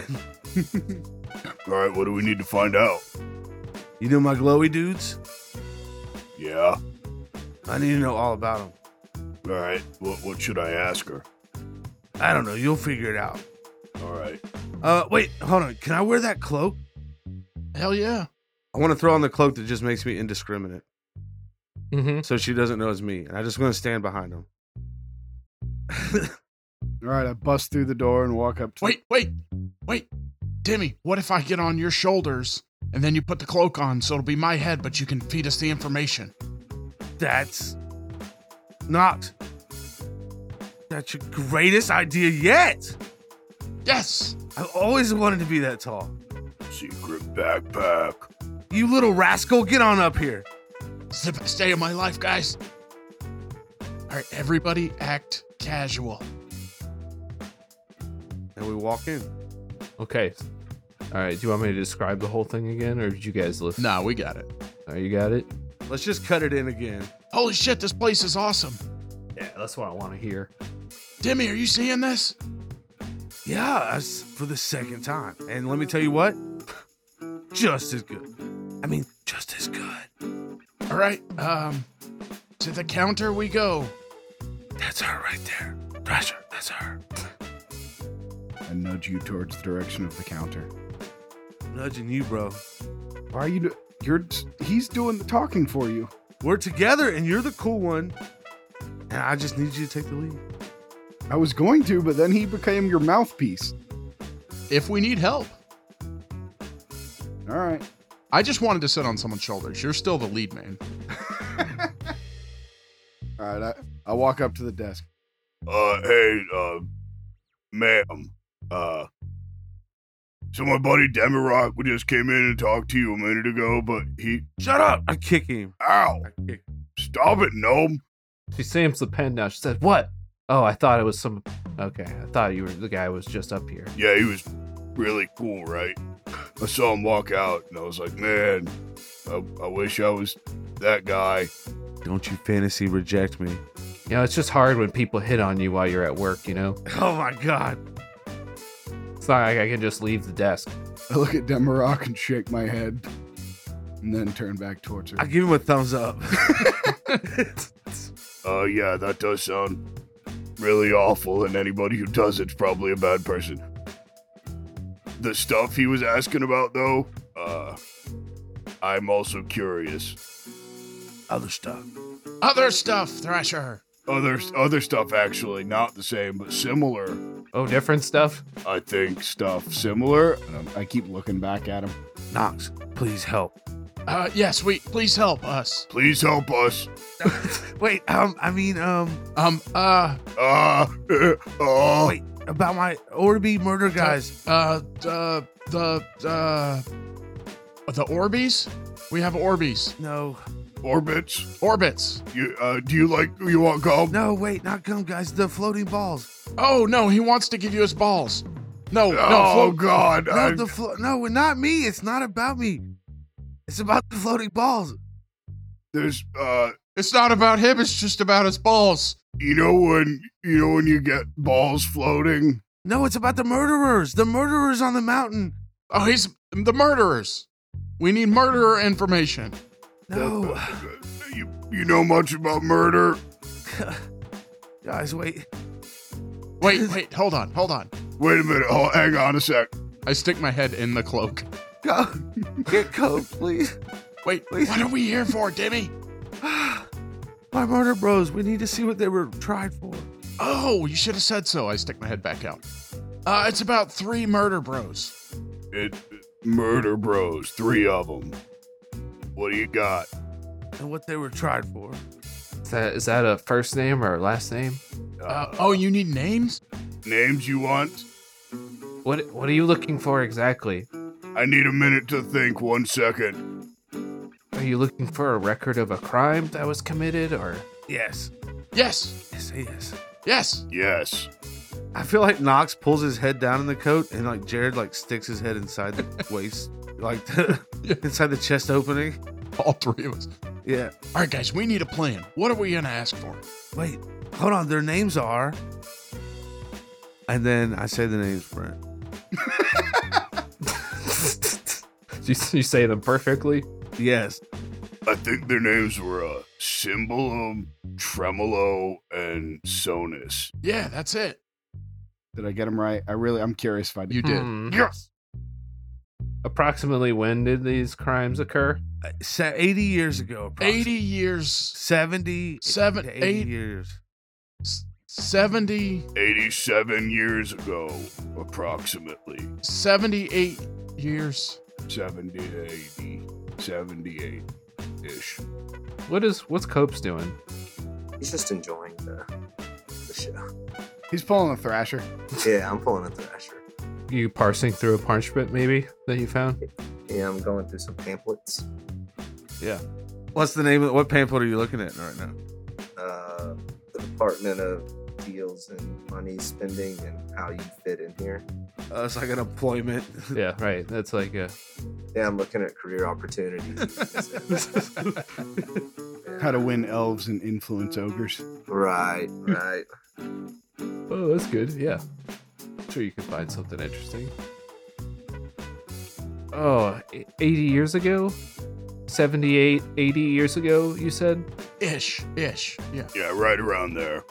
S4: [laughs]
S2: All right, what do we need to find out?
S4: You know my glowy dudes?
S2: Yeah.
S4: I need to know all about them.
S2: All right. What what should I ask her?
S4: I don't know. You'll figure it out.
S2: All right.
S4: Uh, wait, hold on. Can I wear that cloak?
S5: Hell yeah.
S4: I want to throw on the cloak that just makes me indiscriminate,
S3: Mm-hmm.
S4: so she doesn't know it's me, and I just want to stand behind him.
S7: All right, I bust through the door and walk up to
S5: Wait, wait, wait. Timmy, what if I get on your shoulders and then you put the cloak on so it'll be my head, but you can feed us the information?
S4: [laughs] That's not. That's your greatest idea yet.
S5: Yes.
S4: I've always wanted to be that tall.
S2: Secret backpack.
S4: You little rascal, get on up here.
S5: It's the best day of my life, guys. All right, everybody act casual.
S4: And we walk in.
S3: Okay. All right. Do you want me to describe the whole thing again, or did you guys listen?
S5: Nah, we got it.
S3: Oh, you got it.
S4: Let's just cut it in again.
S5: Holy shit, this place is awesome.
S3: Yeah, that's what I want to hear.
S5: Timmy, are you seeing this?
S4: Yeah, I s- for the second time. And let me tell you what, [laughs] just as good. I mean, just as good.
S5: All right, um, to the counter we go.
S4: That's her right there. Thrasher, that's her.
S7: and nudge you towards the direction of the counter.
S4: Nudging you, bro.
S7: Why are you? Do- you're. He's doing the talking for you.
S4: We're together and you're the cool one. And I just need you to take the lead.
S7: I was going to, but then he became your mouthpiece.
S5: If we need help,
S7: All right.
S5: I just wanted to sit on someone's shoulders. You're still the lead man.
S7: All right. I, I walk up to the desk.
S2: Uh, hey, uh, ma'am. Uh, so my buddy Demirock, we just came in and talked to you a minute ago, but he,
S4: Shut up! I kick him.
S2: ow,
S4: I kick.
S2: stop it, gnome.
S3: She slams the pen down. She said, "What? Oh, I thought it was some. Okay, I thought you were the guy was just up here.
S2: Yeah, he was really cool, right? I saw him walk out, and I was like, man, I, I wish I was that guy.
S4: Don't you fantasy reject me.
S3: You know, it's just hard when people hit on you while you're at work. You know,
S4: Oh my god.
S3: it's not like I can just leave the desk.
S7: I look at Demarok and shake my head, and then turn back towards her.
S4: I give him a thumbs [laughs] up.
S2: Uh, yeah, that does sound really awful, and anybody who does it's probably a bad person. the stuff he was asking about, though, uh, I'm also curious. Other stuff.
S5: Other stuff, Thrasher.
S2: Other other stuff, actually, not the same, but similar.
S3: Oh, different stuff.
S2: I think stuff similar. Um,
S7: I keep looking back at him.
S4: Knox, please help.
S5: Uh, yes, we. Please help us.
S2: Please help us.
S4: Wait, um, I mean, um,
S5: Um. Uh.
S2: Ah, uh, [laughs] oh,
S4: wait, about my Orby murder guys.
S5: Uh. Uh. The. Uh. The Orbeez. We have Orbeez.
S4: No,
S2: orbits.
S5: Orbits.
S2: You uh, do you like? You want gum?
S4: no, wait, not gum guys. The floating balls.
S5: Oh no, he wants to give you his balls. No. No.
S2: oh
S5: float-
S2: God!
S4: No,
S2: I-
S4: the flo- no, not me. It's not about me. It's about the floating balls.
S2: there's uh,
S5: it's not about him. It's just about his balls.
S2: you know when you know when you get balls floating.
S4: No, it's about the murderers. The murderers on the mountain.
S5: Oh, he's the murderers. We need murderer information.
S4: No,
S2: You you know much about murder?
S4: guys, wait.
S5: Wait. Wait. Hold on. Hold on.
S2: Wait a minute. Oh, hang on a sec.
S5: I stick my head in the cloak.
S4: Go, get coke, please.
S5: Wait.
S4: Please.
S5: What are we here for, Demi?
S4: [gasps] My murder bros. We need to see what they were tried for.
S5: Oh, you should have said so. I stick my head back out. Uh, it's about three murder bros.
S2: It murder bros, three of them. What do you got?
S4: and what they were tried for.
S3: Is that is that a first name or a last name?
S5: Uh, oh, you need names?
S2: Names you want?
S3: What What are you looking for exactly?
S2: I need a minute to think. One second.
S3: Are you looking for a record of a crime that was committed, or
S4: Yes.
S5: Yes.
S4: Yes, yes.
S5: Yes.
S2: Yes.
S4: I feel like Knox pulls his head down in the coat and like Jared like sticks his head inside
S5: [laughs]
S4: the waist, like [laughs] the,
S5: Yeah.
S4: inside the chest opening.
S5: [laughs] All three of us.
S4: Yeah.
S5: All right, guys, we need a plan. What are we going to ask for?
S4: Wait, hold on. Their names are. And then I say the names for it.
S3: [laughs] you, you say them perfectly?
S4: Yes.
S2: I think their names were uh, Cymbalum, Tremolo, and Sonus.
S5: Yeah, that's it.
S7: Did I get him right? I really, I'm curious if I did.
S5: You did.
S3: Hmm.
S2: Yes.
S3: Approximately when did these crimes occur?
S4: Uh, se- 80 years ago. approximately.
S5: 80 years,
S4: 70.
S5: Seven-
S4: to 80
S5: eight-
S4: years.
S5: s- 70,
S2: 87 years ago, approximately.
S5: 78 years.
S2: 70 to 80. 78 ish.
S3: What is what's Copes doing?
S6: He's just enjoying the, the show. [laughs]
S7: He's pulling a thrasher.
S6: Yeah, I'm pulling a thrasher.
S3: You parsing through a parchment maybe that you found?
S6: Yeah, I'm going through some pamphlets.
S4: What's the name of what pamphlet are you looking at right now?
S6: Uh, the Department of Deals and Money Spending and how you fit in here.
S4: Uh, it's like an employment.
S3: Yeah, right. That's like a
S6: Yeah, I'm looking at career [laughs] opportunities.
S7: How to win elves and influence ogres.
S6: right, right.
S3: oh, that's good. Yeah, sure you can find something interesting. Oh, e- 80 years ago, 78, 80 years ago, you said.
S5: Ish. Ish. Yeah.
S2: Yeah, right around there.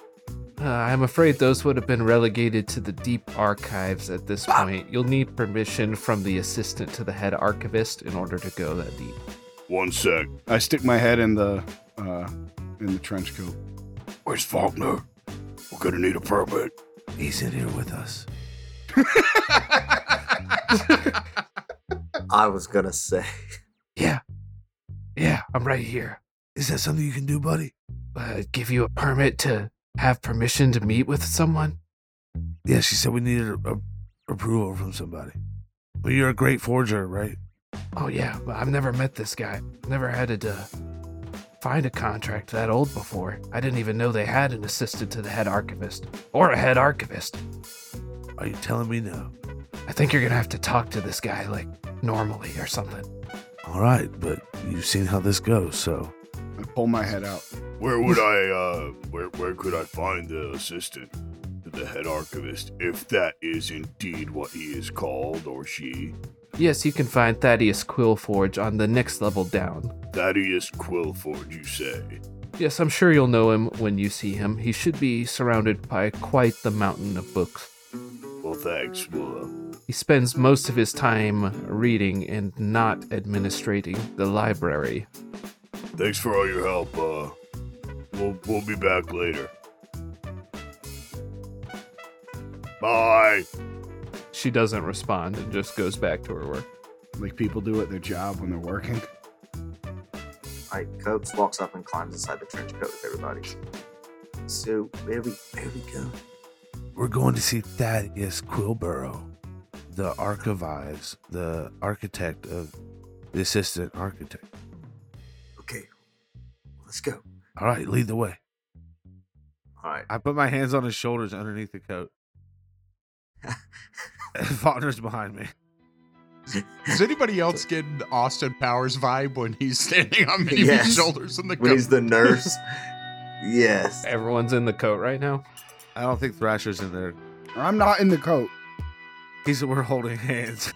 S3: Uh, I'm afraid those would have been relegated to the deep archives at this point. You'll need permission from the assistant to the head archivist in order to go that deep.
S2: One sec.
S7: I stick my head in the uh, in the trench coat.
S2: Where's Faulkner? We're gonna need a permit.
S4: [laughs] He's in here with us.
S6: I was gonna say. [laughs]
S3: Yeah, yeah, I'm right here.
S4: Is that something you can do, buddy?
S3: Uh, give you a permit to have permission to meet with someone?
S4: Yeah, she said we needed a, a- approval from somebody. But you're a great forger, right?
S3: Oh yeah, but I've never met this guy. Never had to uh, find a contract that old before. I didn't even know they had an assistant to the head archivist or a head archivist.
S4: Are you telling me no?
S3: I think you're gonna have to talk to this guy like normally or something.
S4: All right, but you've seen how this goes, so
S7: I pull my head out.
S2: Where would I, uh, where, where could I find the assistant to the head archivist, if that is indeed what he is called or she?
S3: Yes, you can find Thaddeus Quillforge on the next level down.
S2: Thaddeus Quillford, you say?
S3: Yes, I'm sure you'll know him when you see him. He should be surrounded by quite the mountain of books.
S2: Well, thanks. We'll uh,
S3: He spends most of his time reading and not administrating the library.
S2: Thanks for all your help. Uh, we'll we'll be back later. Bye.
S3: She doesn't respond and just goes back to her work.
S7: Like people do at their job when they're working.
S6: Like Copes walks up and climbs inside the trench coat with everybody. So where we where we go?
S4: We're going to see Thaddeus Quillborough, the archivives, the architect of the assistant architect.
S6: Okay, let's go.
S4: All right, lead the way.
S6: All right.
S4: I put my hands on his shoulders underneath the [laughs] coat. Faulkner's behind me.
S5: Is anybody else getting the Austin Powers vibe when he's standing
S6: [laughs]
S5: on Minnie's
S6: Yes.
S5: shoulders in the
S6: When
S5: coat?
S6: [laughs] he's the nurse. yes.
S3: Everyone's in the coat right now.
S4: I don't think Thrasher's in there.
S7: I'm not in the coat.
S4: He's we're holding hands.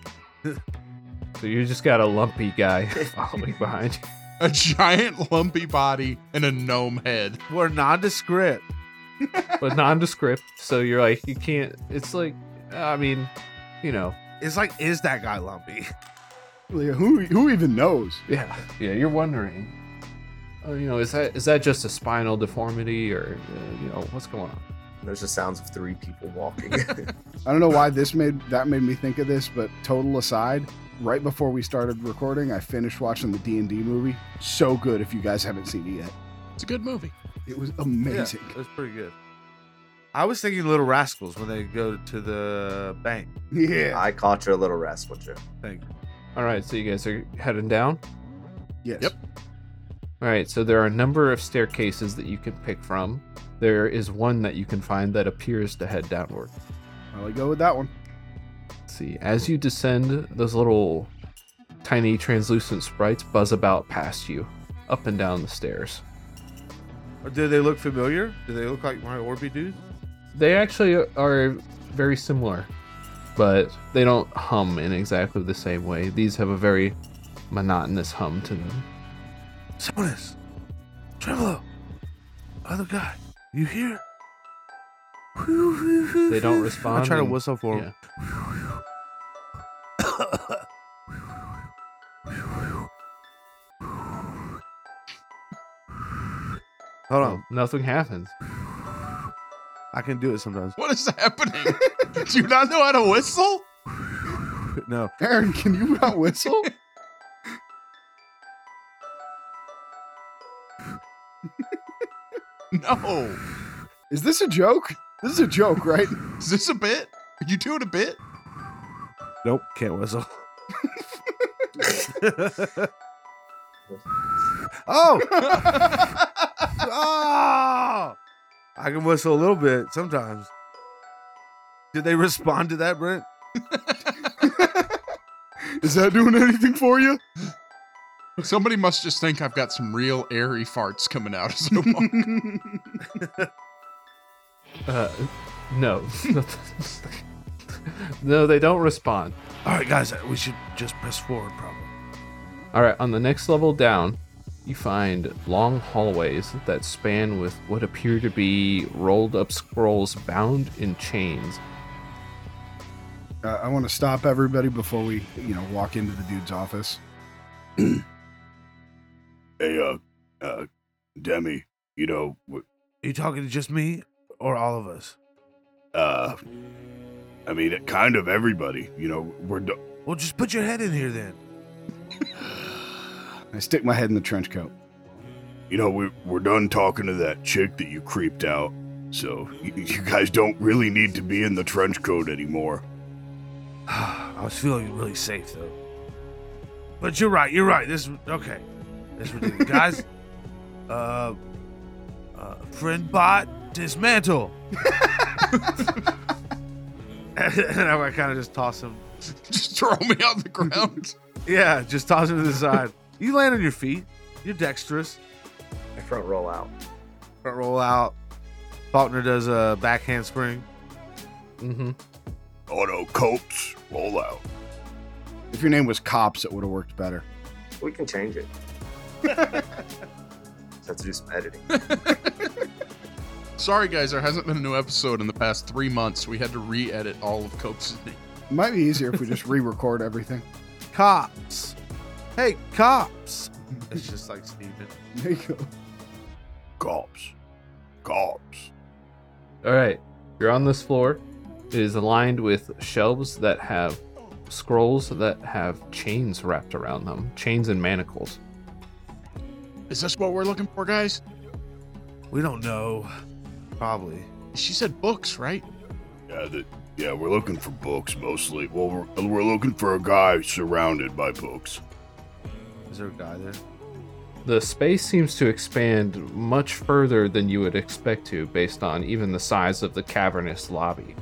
S3: So you just got a lumpy guy [laughs] following behind you.
S5: A giant lumpy body and a gnome head.
S4: We're nondescript.
S3: But nondescript. So you're like, you can't. It's like, I mean, you know.
S4: It's like, is that guy lumpy?
S7: Like, who who even knows?
S3: Yeah. Yeah, you're wondering. Oh, you know, is that is that just a spinal deformity or, uh, you know, what's going on?
S6: There's the sounds of three people [laughs] walking.
S7: I don't know why this made that made me think of this, but total aside, right before we started recording, I finished watching the D and D movie. So good if you guys haven't seen it yet.
S5: It's a good movie.
S7: It was amazing.
S4: Yeah, that's pretty good. I was thinking Little Rascals when they go to the bank.
S7: Yeah.
S6: I caught your little rascal joke.
S4: Thank you.
S3: All right, so you guys are heading down.
S7: Yes.
S5: Yep.
S3: All right, so there are a number of staircases that you can pick from. There is one that you can find that appears to head downward.
S7: Well, I go with that one.
S3: Let's see, as you descend, those little tiny translucent sprites buzz about past you, up and down the stairs.
S4: Or do they look familiar? Do they look like my Orby dudes?
S3: They actually are very similar, but they don't hum in exactly the same way. These have a very monotonous hum to them.
S4: Simonis, Tremolo, other guy, you here?
S3: They don't respond.
S4: I try to
S3: and-
S4: whistle for
S3: Yeah.
S4: him. Hold on,
S3: Well, Oh, nothing happens.
S4: I can do it sometimes.
S5: What is [laughs] happening? do you not know how to whistle?
S4: No,
S7: Aaron, can you not [laughs] whistle?
S5: No.
S7: Is this a joke? This is a joke, right?
S5: Is this a bit? Are you doing a bit?
S4: nope, can't [laughs] whistle. [laughs] oh, oh! I can whistle a little bit sometimes. Did they respond to that, Brent?
S7: [laughs] Is that doing anything for you?
S5: Somebody must just think I've got some real airy farts coming out as I walk.
S3: Uh, no. [laughs] no, they don't respond.
S4: All right, guys, we should just press forward, probably.
S3: All right, on the next level down, you find long hallways that span with what appear to be rolled up scrolls bound in chains.
S7: Uh, I want to stop everybody before we, you know, walk into the dude's office.
S2: Hey, uh, uh, Demi. You know, w-
S4: Are you talking to just me or all of us?
S2: uh, I mean, kind of everybody. You know, we're do-
S4: Well, just put your head in here then.
S7: I stick my head in the trench coat.
S2: you know we we're done talking to that chick that you creeped out. So you, you guys don't really need to be in the trench coat anymore.
S4: [sighs] I was feeling really safe though. But you're right. You're right. This okay. This ridiculous, guys. Uh, uh, friend bot dismantle. [laughs] and I kind of just toss him.
S5: [laughs] just throw me on the ground.
S4: Yeah, just toss him to the side. You land on your feet. You're dexterous.
S6: I front roll out.
S4: Front roll out. Faulkner does a back handspring.
S3: Mm-hmm.
S2: Auto copes, roll out.
S7: If your name was Cops, it would have worked better.
S6: We can change it. Just have to do some editing.
S5: Sorry, guys, there hasn't been a new episode in the past three months. We had to re edit all of Cope's.
S7: Might be easier if we [laughs] just re-record everything.
S4: Cops. Hey, cops. It's just like Steven.
S7: There you go.
S2: Cops. Cops.
S3: All right, you're on this floor. It is aligned with shelves that have scrolls that have chains wrapped around them, chains and manacles.
S5: Is this what we're looking for, guys?
S4: We don't know. Probably.
S5: She said books, right?
S2: Yeah, the, yeah, we're looking for books mostly. Well, we're, we're looking for a guy surrounded by books.
S4: Is there a guy there?
S3: The space seems to expand much further than you would expect to, based on even the size of the cavernous lobby.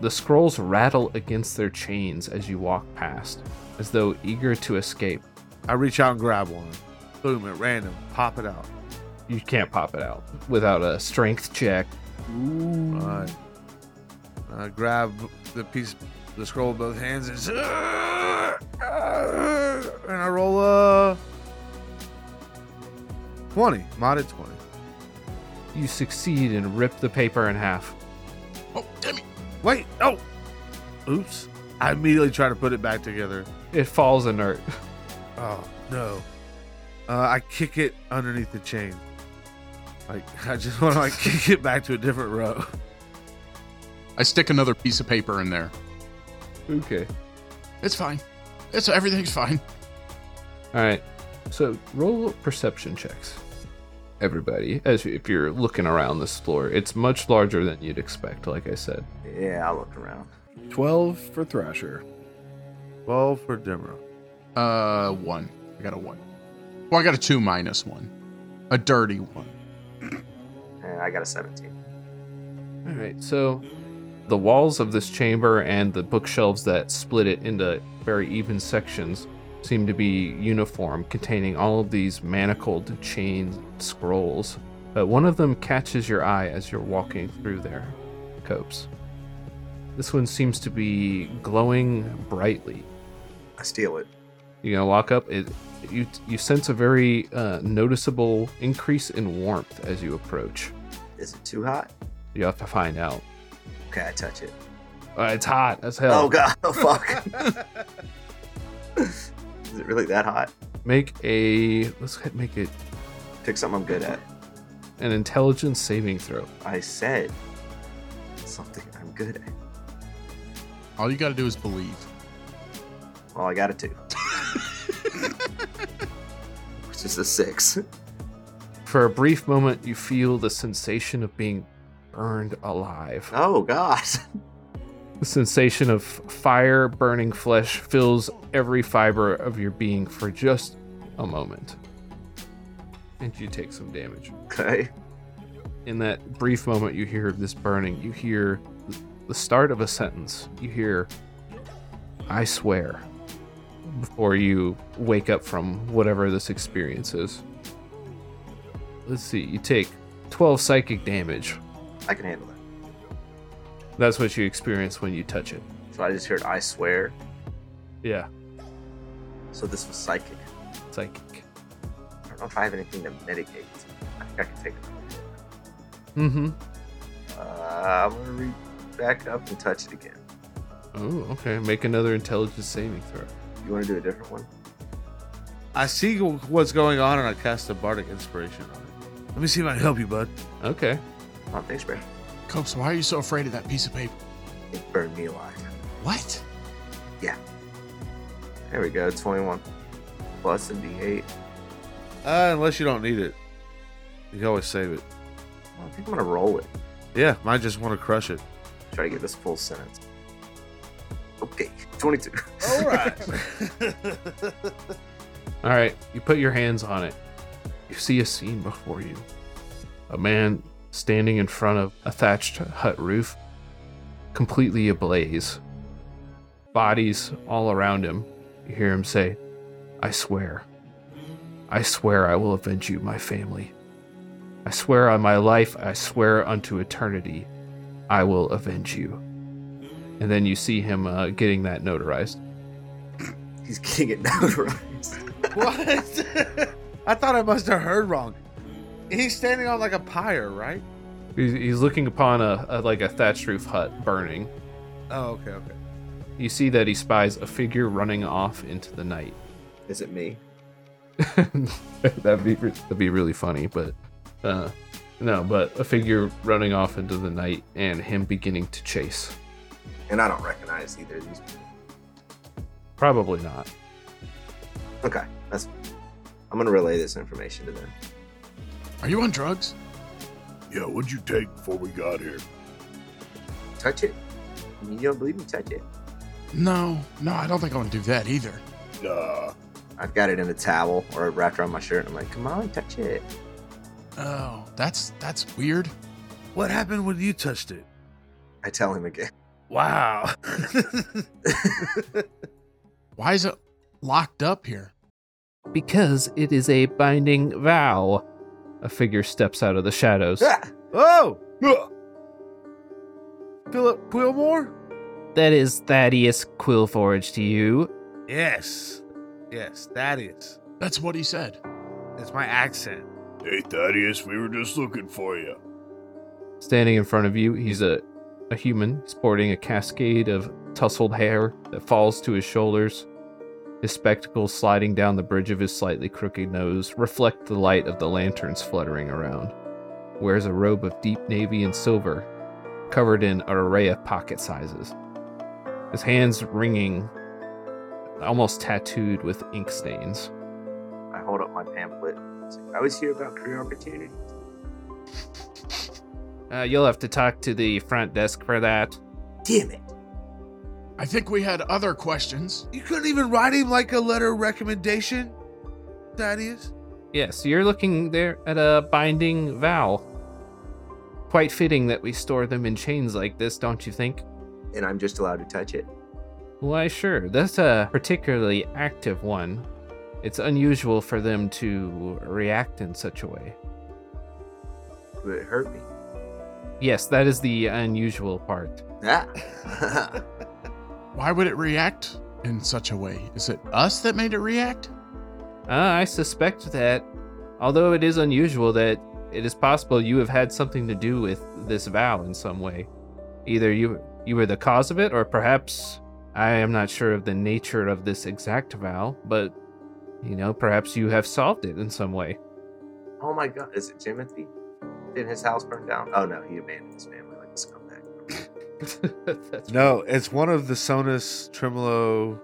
S3: The scrolls rattle against their chains as you walk past, as though eager to escape.
S4: I reach out and grab one. Boom, at random. Pop it out.
S3: You can't pop it out without a strength check.
S4: Alright. I grab the piece, the scroll with both hands, and, s- and I roll a 20, modded 20.
S3: You succeed and rip the paper in half.
S5: Oh, damn it.
S4: Wait, no! Oops. I immediately try to put it back together.
S3: It falls inert. [laughs]
S4: Oh, no. Uh, I kick it underneath the chain. Like, [laughs] I just want to like kick it back to a different row.
S5: I stick another piece of paper in there.
S3: Okay.
S5: It's fine. It's everything's fine.
S3: All right. So roll perception checks, everybody. As if you're looking around this floor, it's much larger than you'd expect. Like I said,
S6: Yeah, I look around.
S7: 12 for Thrasher.
S4: 12 for Demerol.
S5: Uh, one. I got a one. Well, I got a two minus one. A dirty one.
S6: And I got a 17.
S3: All right, so the walls of this chamber and the bookshelves that split it into very even sections seem to be uniform, containing all of these manacled chain scrolls. But one of them catches your eye as you're walking through there, Copes. This one seems to be glowing brightly.
S6: I steal it.
S3: You gonna walk up? It you you sense a very uh, noticeable increase in warmth as you approach.
S6: Is it too hot?
S3: You have to find out.
S6: Okay, I touch it.
S3: Uh, it's hot as hell.
S6: Oh, God. Oh, fuck. Is it really that hot?
S3: Make a let's hit- make it
S6: Pick something I'm good at.
S3: an intelligence saving throw.
S6: I said something I'm good at.
S5: All you got to do is believe.
S6: Well, I got a two. [laughs] Which is a six.
S3: For a brief moment, you feel the sensation of being burned alive.
S6: Oh, God.
S3: The sensation of fire burning flesh fills every fiber of your being for just a moment, and you take some damage.
S6: Okay.
S3: in that brief moment you hear of this burning, you hear the start of a sentence. You hear, I swear, before you wake up from whatever this experience is. Let's see, you take 12 psychic damage.
S6: I can handle it.
S3: That's what you experience when you touch it.
S6: So I just heard, I swear.
S3: Yeah,
S6: So this was psychic.
S3: psychic.
S6: I don't know if I have anything to mitigate. I think I can take it.
S3: Mm hmm.
S6: Uh, I'm going to re back up and touch it again.
S3: Oh, okay. Make another intelligence saving throw.
S6: You want to do a different one?
S4: I see what's going on and I cast a bardic inspiration on it. Let me see if I can help you, bud.
S3: Okay.
S6: Oh, thanks, Brad.
S5: Copes, why are you so afraid of that piece of paper?
S6: It burned me alive.
S5: What?
S6: There we go. 21 plus a d8.
S4: Uh, unless you don't need it, you can always save it.
S6: Well, I think I'm going to roll it.
S4: Yeah, might just want to [laughs] crush it.
S6: Try to get this full sentence. Okay. 22.
S4: All right.
S3: All right, you put your hands on it. You see a scene before you. A man standing in front of a thatched hut roof, completely ablaze. Bodies all around him. You hear him say, I swear. I swear I will avenge you, my family. I swear on my life, I swear unto eternity, I will avenge you. And then you see him uh, getting that notarized.
S6: [laughs] He's getting it [laughs] notarized.
S4: what? [laughs] I thought I must have heard wrong. He's standing on like a pyre, right?
S3: He's, he's looking upon a, a like a thatched roof hut burning.
S4: Oh, okay, okay.
S3: You see that he spies a figure running off into the night.
S6: Is it me?
S3: that'd be re- that'd be really funny, but uh, no, but a figure running off into the night and him beginning to chase.
S6: And I don't recognize either of these. people.
S3: Probably not.
S6: Okay, that's. I'm gonna relay this information to them.
S5: Are you on drugs?
S2: Yeah, what'd you take before we got here?
S6: Touch it. You don't believe me? Touch it.
S5: No, no, I don't think I'm gonna do that either.
S2: Nah.
S6: I've got it in a towel or wrapped around my shirt. And I'm like, come on, touch it.
S5: Oh, that's that's weird.
S10: What happened when you touched it?
S6: I tell him again. [laughs]
S4: [laughs]
S10: Wow.
S5: Why is it locked up here?
S3: Because it is a binding vow. A figure steps out of the shadows.
S6: Ah!
S4: Oh! Philip Quillmore?
S3: that is Thaddeus Quillforge to you.
S10: yes. Yes, that is.
S5: That's what he said.
S10: That's my accent.
S2: Hey, Thaddeus, we were just looking for you.
S3: Standing in front of you, he's a, a human sporting a cascade of tousled hair that falls to his shoulders. His spectacles sliding down the bridge of his slightly crooked nose reflect the light of the lanterns fluttering around. Wears a robe of deep navy and silver, covered in an array of pocket sizes. His hands ringing, almost tattooed with ink stains.
S6: I hold up my pamphlet. It's like, I always hear about career opportunities.
S3: Uh, you'll have to talk to the front desk for that.
S6: Damn it.
S5: I think we had other questions.
S10: You couldn't even write him like a letter of recommendation, Thaddeus?
S3: Yeah, so you're looking there at a binding vow. Quite fitting that we store them in chains like this, don't you think?
S6: And I'm just allowed to touch it.
S3: Why, sure. That's a particularly active one. It's unusual for them to react in such a way.
S6: Would it hurt me?
S3: Yes, that is the unusual part.
S6: Ah.
S5: Why would it react in such a way? Is it us that made it react?
S3: Uh, I suspect that, although it is unusual, that it is possible you have had something to do with this vow in some way. Either you you were the cause of it, or perhaps I am not sure of the nature of this exact vow, but you know, perhaps you have solved it in some way.
S6: [laughs]
S3: [laughs]
S6: oh my god, is it Timothy? Did his house burn down? Oh no, he abandoned his family like a scumbag.
S3: That's-
S4: No, it's one of the Sonus Tremolo,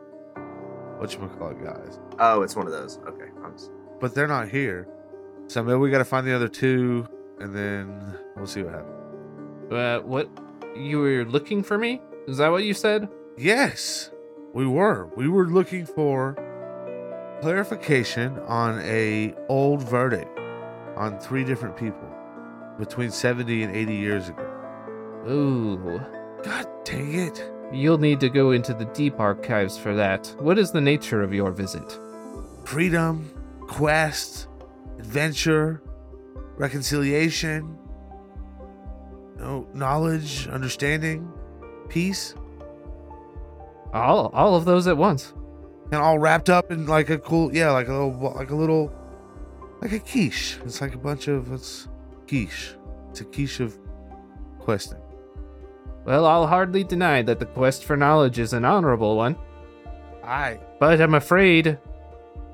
S4: whatchamacallit guys.
S6: Oh, it's one of those. Okay. I'm s-
S4: But they're not here. So maybe we got to find the other two, and then we'll see what happens.
S3: Uh, what you were looking for me? Is that what you said?
S4: Yes, we were. We were looking for clarification on a old verdict on three different people between 70 and 80 years ago.
S3: Ooh,
S4: God dang it.
S3: you'll need to go into the deep archives for that. What is the nature of your visit?
S10: Freedom, quest, adventure, reconciliation, no knowledge, understanding, peace,
S3: All all of those at once.
S10: and all wrapped up in like a cool, yeah, like a little, like a little, like a quiche.
S4: It's like a bunch of it's quiche. It's a quiche of questing.
S3: Well, I'll hardly deny that the quest for knowledge is an honorable one,
S10: I.
S3: but I'm afraid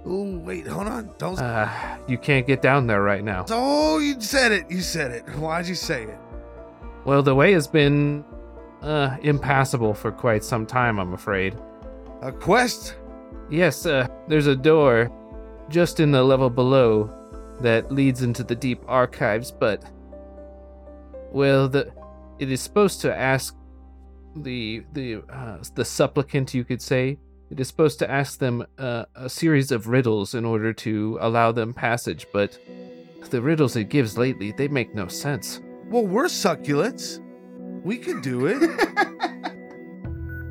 S10: Oh wait, hold on. Don't.
S3: uh, you can't get down there right now.
S10: oh, you said it. You said it. Why'd you say it?
S3: Well, the way has been uh, impassable for quite some time, I'm afraid.
S10: A quest?
S3: Yes, uh, there's a door just in the level below that leads into the deep archives, but well, the it is supposed to ask the the uh, the supplicant, you could say, it is supposed to ask them uh, a series of riddles in order to allow them passage, but the riddles it gives lately they make no sense.
S10: Well, we're succulents. We could do it.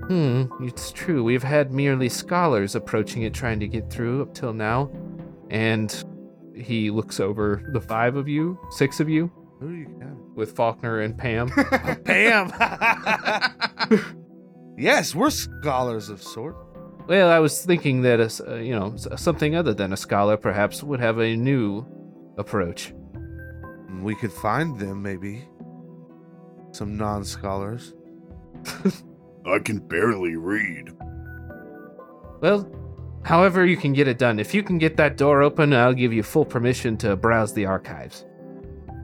S3: Hmm, it's true. We've had merely scholars approaching it trying to get through up till now. And he looks over the five of you, six of you,
S4: Who do you got?
S3: with Faulkner and Pam.
S10: Bam.
S4: Yes, we're scholars of sort.
S3: well, I was thinking that, a s- uh, you know, s- something other than a scholar perhaps would have a new approach.
S4: We could find them maybe. Some non-scholars.
S2: I can barely read.
S3: Well, however you can get it done. If you can get that door open, I'll give you full permission to browse the archives.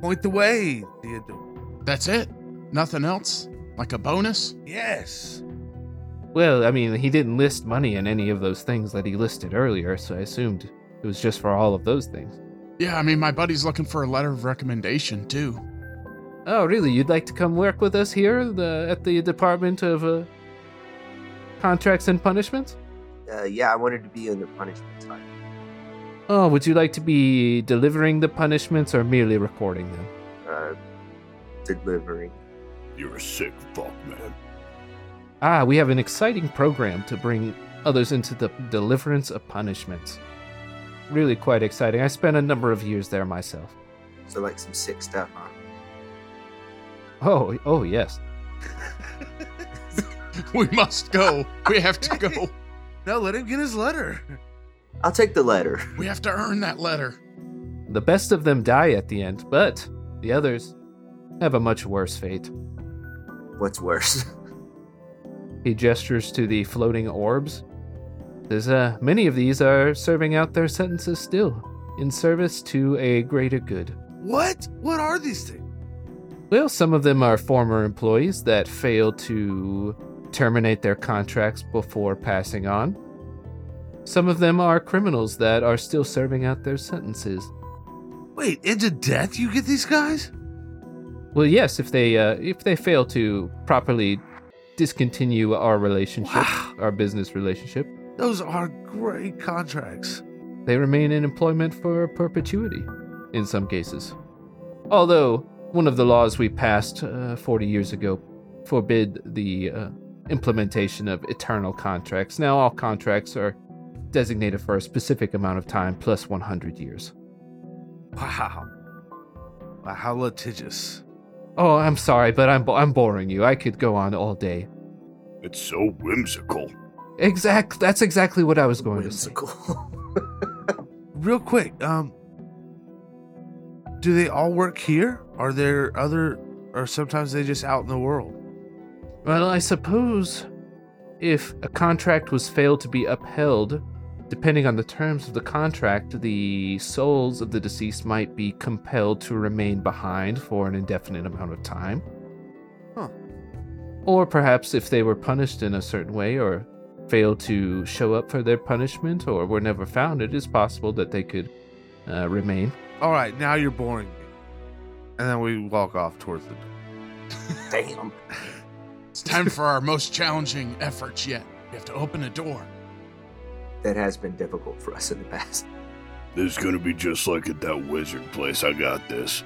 S4: Point the way, Theodore.
S5: That's it. Nothing else. Like a bonus.
S4: Yes.
S3: Well, I mean, he didn't list money in any of those things that he listed earlier, so I assumed it was just for all of those things.
S5: Yeah, I mean, my buddy's looking for a letter of recommendation too. [laughs]
S3: Oh, really? You'd like to come work with us here the, at the Department of uh, Contracts and Punishments?
S6: Uh, yeah, I wanted to be on the punishment side.
S3: Oh, would you like to be delivering the punishments or merely recording them?
S6: Uh, delivering.
S2: You're a sick fuck, man.
S3: Ah, we have an exciting program to bring others into the deliverance of punishments. Really quite exciting. I spent a number of years there myself.
S6: So like some sick stuff, huh?
S3: Oh, oh yes.
S5: We must go. We have to go.
S4: No, let him get his letter. [laughs]
S6: I'll take the letter. [laughs]
S5: We have to earn that letter.
S3: The best of them die at the end, but the others have a much worse fate.
S6: What's worse?
S3: He gestures to the floating orbs. There's uh, many of these are serving out their sentences still, in service to a greater good.
S4: What? What are these things?
S3: Well, some of them are former employees that failed to terminate their contracts before passing on. Some of them are criminals that are still serving out their sentences.
S4: Wait, into death you get these guys?
S3: Well, yes, if they uh, if they fail to properly discontinue our relationship,
S4: Wow.
S3: our business relationship,
S4: Those are great contracts.
S3: they remain in employment for perpetuity in some cases. Although, one of the laws we passed uh, 40 years ago forbid the uh, implementation of eternal contracts. Now, all contracts are designated for a specific amount of time plus 100 years.
S4: Wow. Wow, how litigious.
S3: Oh, I'm sorry, but I'm, bo- I'm boring you. I could go on all day.
S2: It's so whimsical.
S3: Exact. That's exactly what I was going
S6: Whimsical. [laughs]
S4: Real quick, um do they all work here? Are there other or sometimes they just out in the world?
S3: to say. Well, I suppose if a contract was failed to be upheld, depending on the terms of the contract, the souls of the deceased might be compelled to remain behind for an indefinite amount of time.
S4: Huh.
S3: Or perhaps if they were punished in a certain way or failed to show up for their punishment or were never found, it is possible that they could uh, remain.
S4: All right, now you're boring me. And then we walk off towards the door.
S6: Damn.
S5: It's time for our most challenging efforts yet. We have to open a door.
S6: That has been difficult for us in the past. [laughs]
S2: This is gonna be just like at that wizard place. I got this.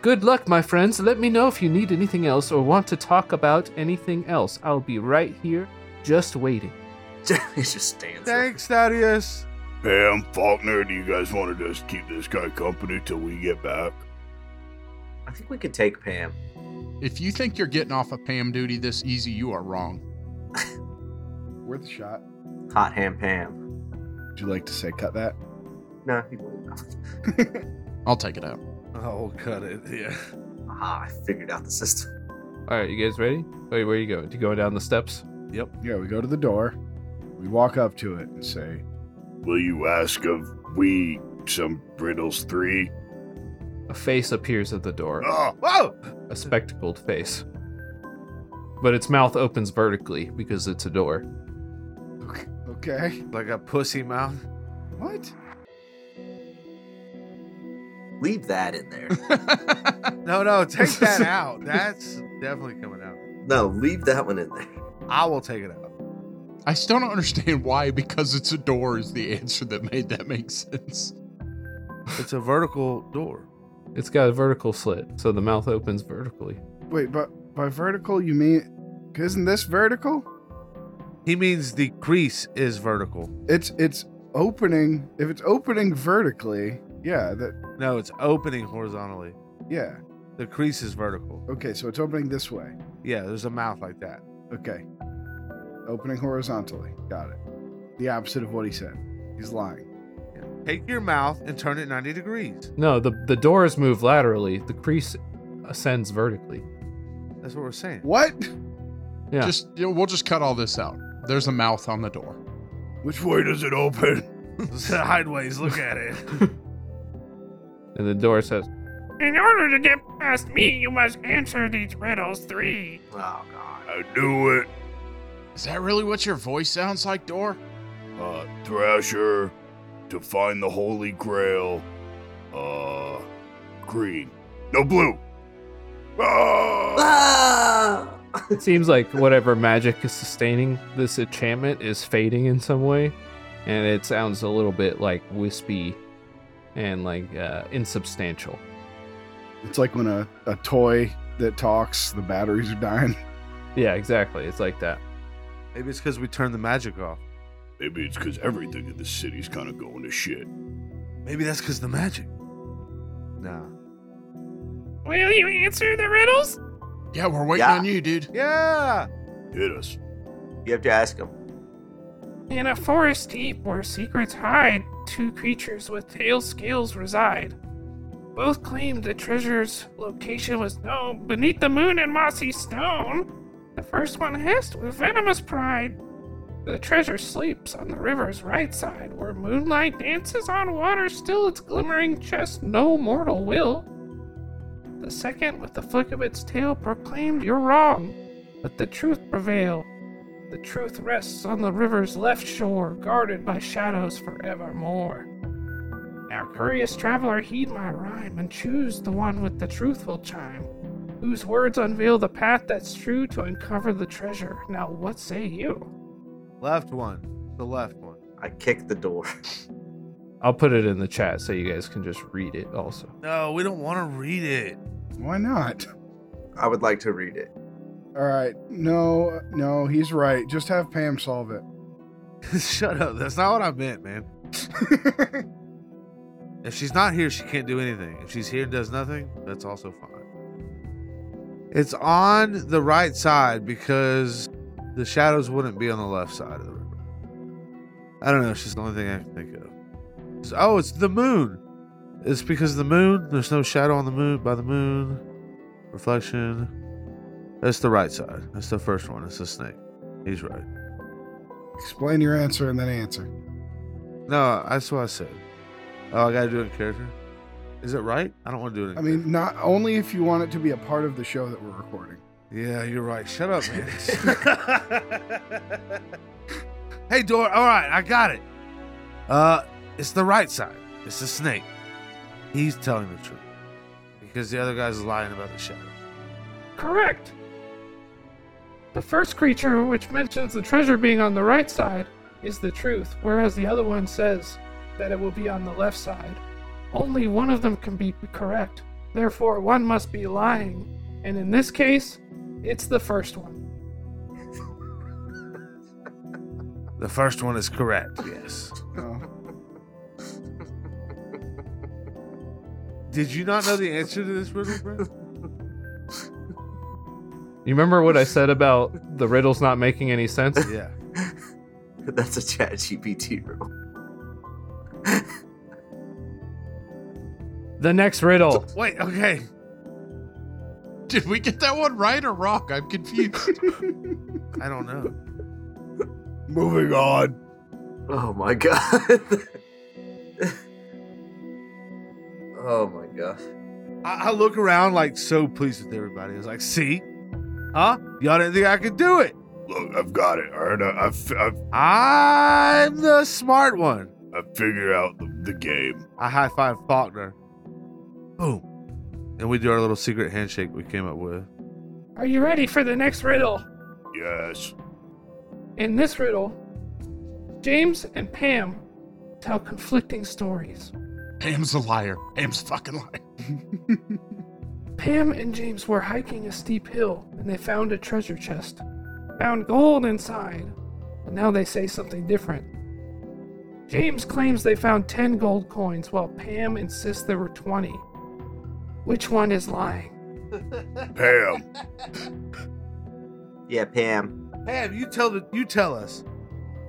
S3: Good luck, my friends. Let me know if you need anything else or want to talk about anything else. I'll be right here, just waiting.
S6: it just stands there.
S4: Thanks, Thaddeus.
S2: Hey, I'm Faulkner. Do you guys want to just keep this guy company till we get back?
S6: I think we could take Pam.
S5: If you think you're getting off of Pam duty this easy, you are wrong.
S7: Worth a shot.
S6: Hot hand Pam.
S7: Would you like to say cut that?
S6: No, he wouldn't. [laughs]
S5: I'll take it out. [laughs]
S4: Oh, cut it. Yeah.
S6: Aha, Ah, I figured out the system.
S3: All right, you guys ready? Wait, where you going? You going down the steps?
S7: Yeah, we go to the door. We walk up to it and say,
S2: Will you ask of we some riddles three?
S3: A face appears at the door,
S2: Ah,
S4: Oh, Whoa!
S3: a spectacled face. But its mouth opens vertically because it's a door.
S7: "Okay,
S4: Like a pussy mouth.
S7: what?"
S6: Leave that in there.
S4: No, no, take [laughs] that out. That's definitely coming out.
S6: no, leave that one in there.
S4: I will take it out.
S5: I still don't understand why, because it's a door, is the answer that made that make sense.
S4: It's a vertical door.
S3: It's got a vertical slit, so the mouth opens vertically.
S7: Wait, but by vertical you mean? Isn't this vertical?
S4: He means the crease is vertical.
S7: It's it's opening. If it's opening vertically, yeah, that
S4: No, it's opening horizontally.
S7: yeah.
S4: The crease is vertical.
S7: Okay, so it's opening this way.
S4: Yeah, there's a mouth like that.
S7: Okay. Opening horizontally. Got it. The opposite of what he said. He's lying.
S4: Yeah. Take your mouth and turn it 90 degrees.
S3: No, the, the doors move laterally, the crease ascends vertically.
S4: That's what we're saying.
S7: What?
S3: Yeah.
S5: Just you know, we'll just cut all this out. There's a mouth on the door.
S2: Which way does it open?
S4: [laughs]
S10: Hideways, look at it.
S3: And the door says,
S11: In order to get past me, you must answer these riddles three.
S6: Oh god.
S2: I do it.
S5: Is that really what your voice sounds like, Door?
S2: Uh, Thrasher, to find the Holy Grail. Uh, green. No blue. Ah!
S6: Ah!
S3: It seems like whatever magic is sustaining this enchantment is fading in some way, and it sounds a little bit like wispy and like uh, insubstantial.
S7: It's like when a, a toy that talks, the batteries are dying. [laughs]
S3: Yeah, exactly. It's like that.
S4: Maybe it's because we turned the magic off.
S2: Maybe it's because everything in the city's kind of going to shit.
S10: Maybe that's because the magic.
S4: Nah.
S11: Will you answer the riddles?
S5: Yeah, we're waiting
S6: Yeah.
S5: on you, dude.
S4: Yeah.
S2: Hit us.
S6: You have to ask him.
S11: In a forest deep where secrets hide, two creatures with tail scales reside. Both claim the treasure's location was known beneath the moon and mossy stone. The first one hissed with venomous pride. The treasure sleeps on the river's right side, where moonlight dances on water, still its glimmering chest no mortal will. The second, with the flick of its tail, proclaimed, You're wrong. Let the truth prevail. The truth rests on the river's left shore, guarded by shadows forevermore. Now, curious traveler, heed my rhyme and choose the one with the truthful chime, whose words unveil the path that's true to uncover the treasure. Now, what say you?
S4: Left one. The left one.
S6: I kick the door. [laughs]
S3: I'll put it in the chat so you guys can just read it also.
S10: No, we don't want to read it.
S7: Why not?
S6: I would like to read it. [laughs]
S7: All right. No, no, he's right. Just have Pam solve it.
S4: [laughs] Shut up. That's not what I meant, man. If she's not here, she can't do anything. If she's here and does nothing, that's also fine. It's on the right side because the shadows wouldn't be on the left side of the river. I don't know. It's just the only thing I can think of. It's- oh, it's the moon. It's because of the moon. There's no shadow on the moon by the moon. Reflection. That's the right side. That's the first one. It's the snake. He's right.
S7: Explain your answer and then answer.
S4: No, that's what I said. Oh, I gotta do it in character. Is it right? I don't want to do it. In
S7: I mean, not only if you want it to be a part of the show that we're recording.
S4: Yeah, you're right. Shut up, man.
S7: [laughs]
S4: [laughs]
S10: Hey, door. All right, I got it.
S4: uh, it's the right side. It's the snake. He's telling the truth because the other guy's lying about the shadow.
S11: Correct! The first creature, which mentions the treasure being on the right side, is the truth, whereas the other one says that it will be on the left side. Only one of them can be correct, therefore, one must be lying, and in this case, it's the first one.
S4: The first one is correct. Yes.
S7: [laughs] No.
S4: Did you not know the answer to this riddle, bro?
S7: [laughs]
S3: You remember what I said about the riddles not making any sense?
S4: yeah.
S6: That's a chat GPT riddle.
S3: The next riddle.
S10: Wait, okay.
S5: Did we get that one right or wrong? I'm confused. [laughs]
S4: I don't know.
S2: Moving on.
S6: Oh my god. oh my gosh.
S4: I, I look around like so pleased with everybody. I was like, see, huh? Y'all didn't think I could do it.
S2: Look, I've got it. All right, I, I've, I've,
S4: I'm the smart one.
S2: I've figured out the, the game.
S4: I high five Faulkner. Boom. And we do our little secret handshake we came up with.
S11: Are you ready for the next riddle?
S2: Yes.
S11: In this riddle, James and Pam tell conflicting stories.
S5: Pam's a liar. Pam's a fucking liar.
S11: Pam and James were hiking a steep hill and they found a treasure chest. Found gold inside, but now they say something different. James claims they found 10 gold coins, while Pam insists there were 20. Which one is lying?
S2: Pam.
S6: Yeah, Pam.
S4: Pam, you tell the you tell us.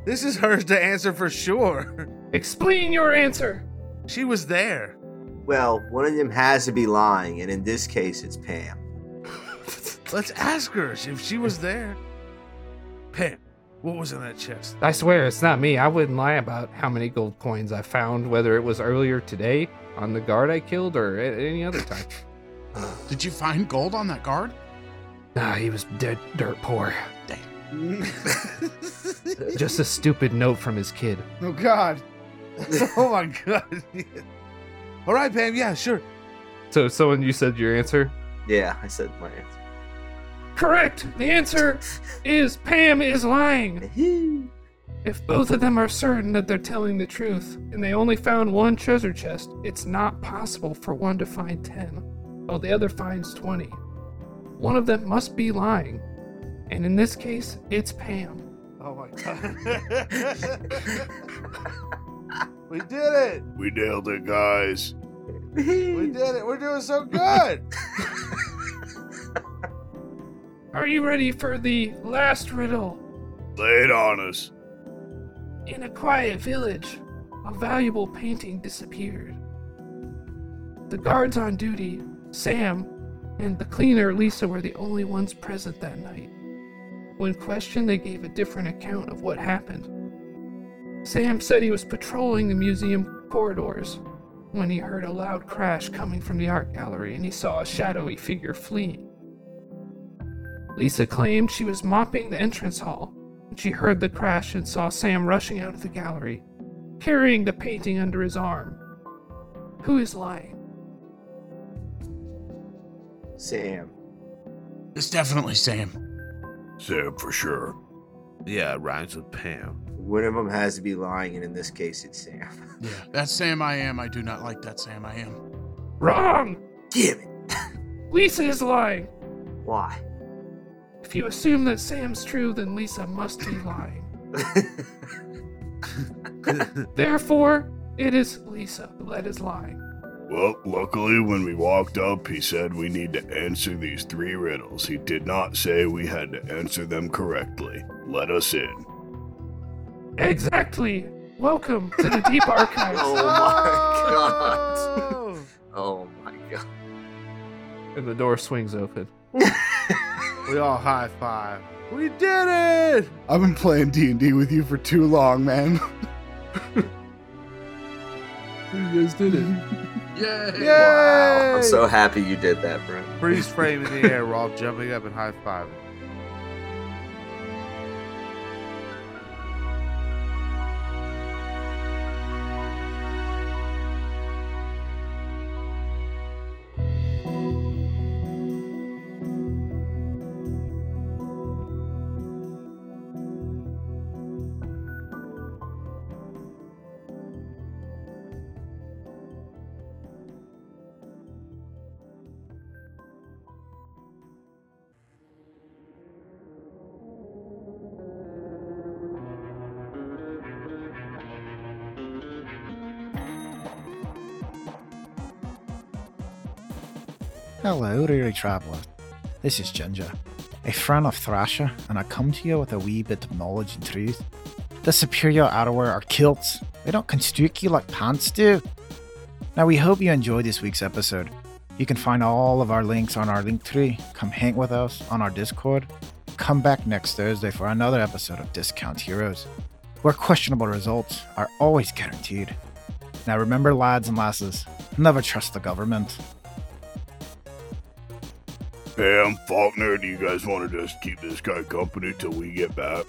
S4: This is hers to answer for sure. [laughs]
S11: Explain your answer!
S4: She was there.
S6: Well, one of them has to be lying, and in this case, it's Pam.
S4: Let's ask her if she was there.
S10: Pam, what was in that
S4: [laughs]
S10: chest?
S3: I swear it's not me. I wouldn't lie about how many gold coins I found, whether it was earlier today on the guard I killed or at any other
S11: [sighs]
S3: time.
S5: Did you find gold on that guard?
S11: Ah,
S3: Nah, he was dead dirt poor.
S7: oh
S3: Just a stupid note from his kid.
S7: God.
S10: oh my
S4: [laughs]
S10: god. All right, Pam. Yeah, sure.
S3: So, someone, you said your answer?
S6: Yeah, I said my answer.
S11: Correct. The answer is Pam is lying. If both of them are certain that they're telling the truth and they only found one treasure chest, it's not possible for one to find 10 while the other finds 20. One of them must be lying. And in this case, it's Pam.
S10: Oh my god. [laughs] we did it.
S2: We nailed it, guys.
S10: We did it. We're doing so good.
S11: Are you ready for the last riddle?
S2: Lay it on us.
S11: In a quiet village, a valuable painting disappeared. The guards on duty, Sam, and the cleaner, Lisa, were the only ones present that night. When questioned, they gave a different account of what happened. Sam said he was patrolling the museum corridors when he heard a loud crash coming from the art gallery and he saw a shadowy figure fleeing. Lisa claimed she was mopping the entrance hall when she heard the crash and saw Sam rushing out of the gallery, carrying the painting under his arm. Who is lying?
S6: Sam.
S5: It's definitely Sam.
S2: Sam for sure.
S10: Yeah, it rhymes with Pam.
S6: One of them has to be lying, and in this case, it's Sam. [laughs]
S5: Yeah. That Sam I am, I do not like that Sam I am.
S11: Wrong!
S6: Damn it.
S11: Lisa is lying!
S6: Why? [laughs]
S11: If you assume that Sam's true, then Lisa must be lying. Therefore, it is Lisa that is lying.
S2: Well, luckily, when we walked up, he said we need to answer these three riddles. He did not say we had to answer them correctly. Let us in.
S11: Exactly! Welcome to the Deep
S6: oh
S11: Archives.
S6: [laughs] my god. Oh my god.
S3: And the door swings open.
S4: [laughs] We all high five. We did it.
S7: I've been playing D&D with you for too long, man. [laughs] you guys did it.
S5: Yay!
S6: Wow.
S4: Yay!
S6: I'm so happy you did that, bro.
S4: Freeze frame in the air. We're all jumping up and high fiving.
S12: Hello, weary traveller. This is Ginger, a friend of Thrasher, and I come to you with a wee bit of knowledge and truth. The superior outerwear are kilts. They don't constrict you like pants do. Now, we hope you enjoyed this week's episode. You can find all of our links on our link tree. Come hang with us on our Discord. Come back next Thursday for another episode of Discount Heroes, where questionable results are always guaranteed. Now, remember, lads and lasses, never trust the government.
S2: Pam, Faulkner, do you guys want to just keep this guy company till we get back?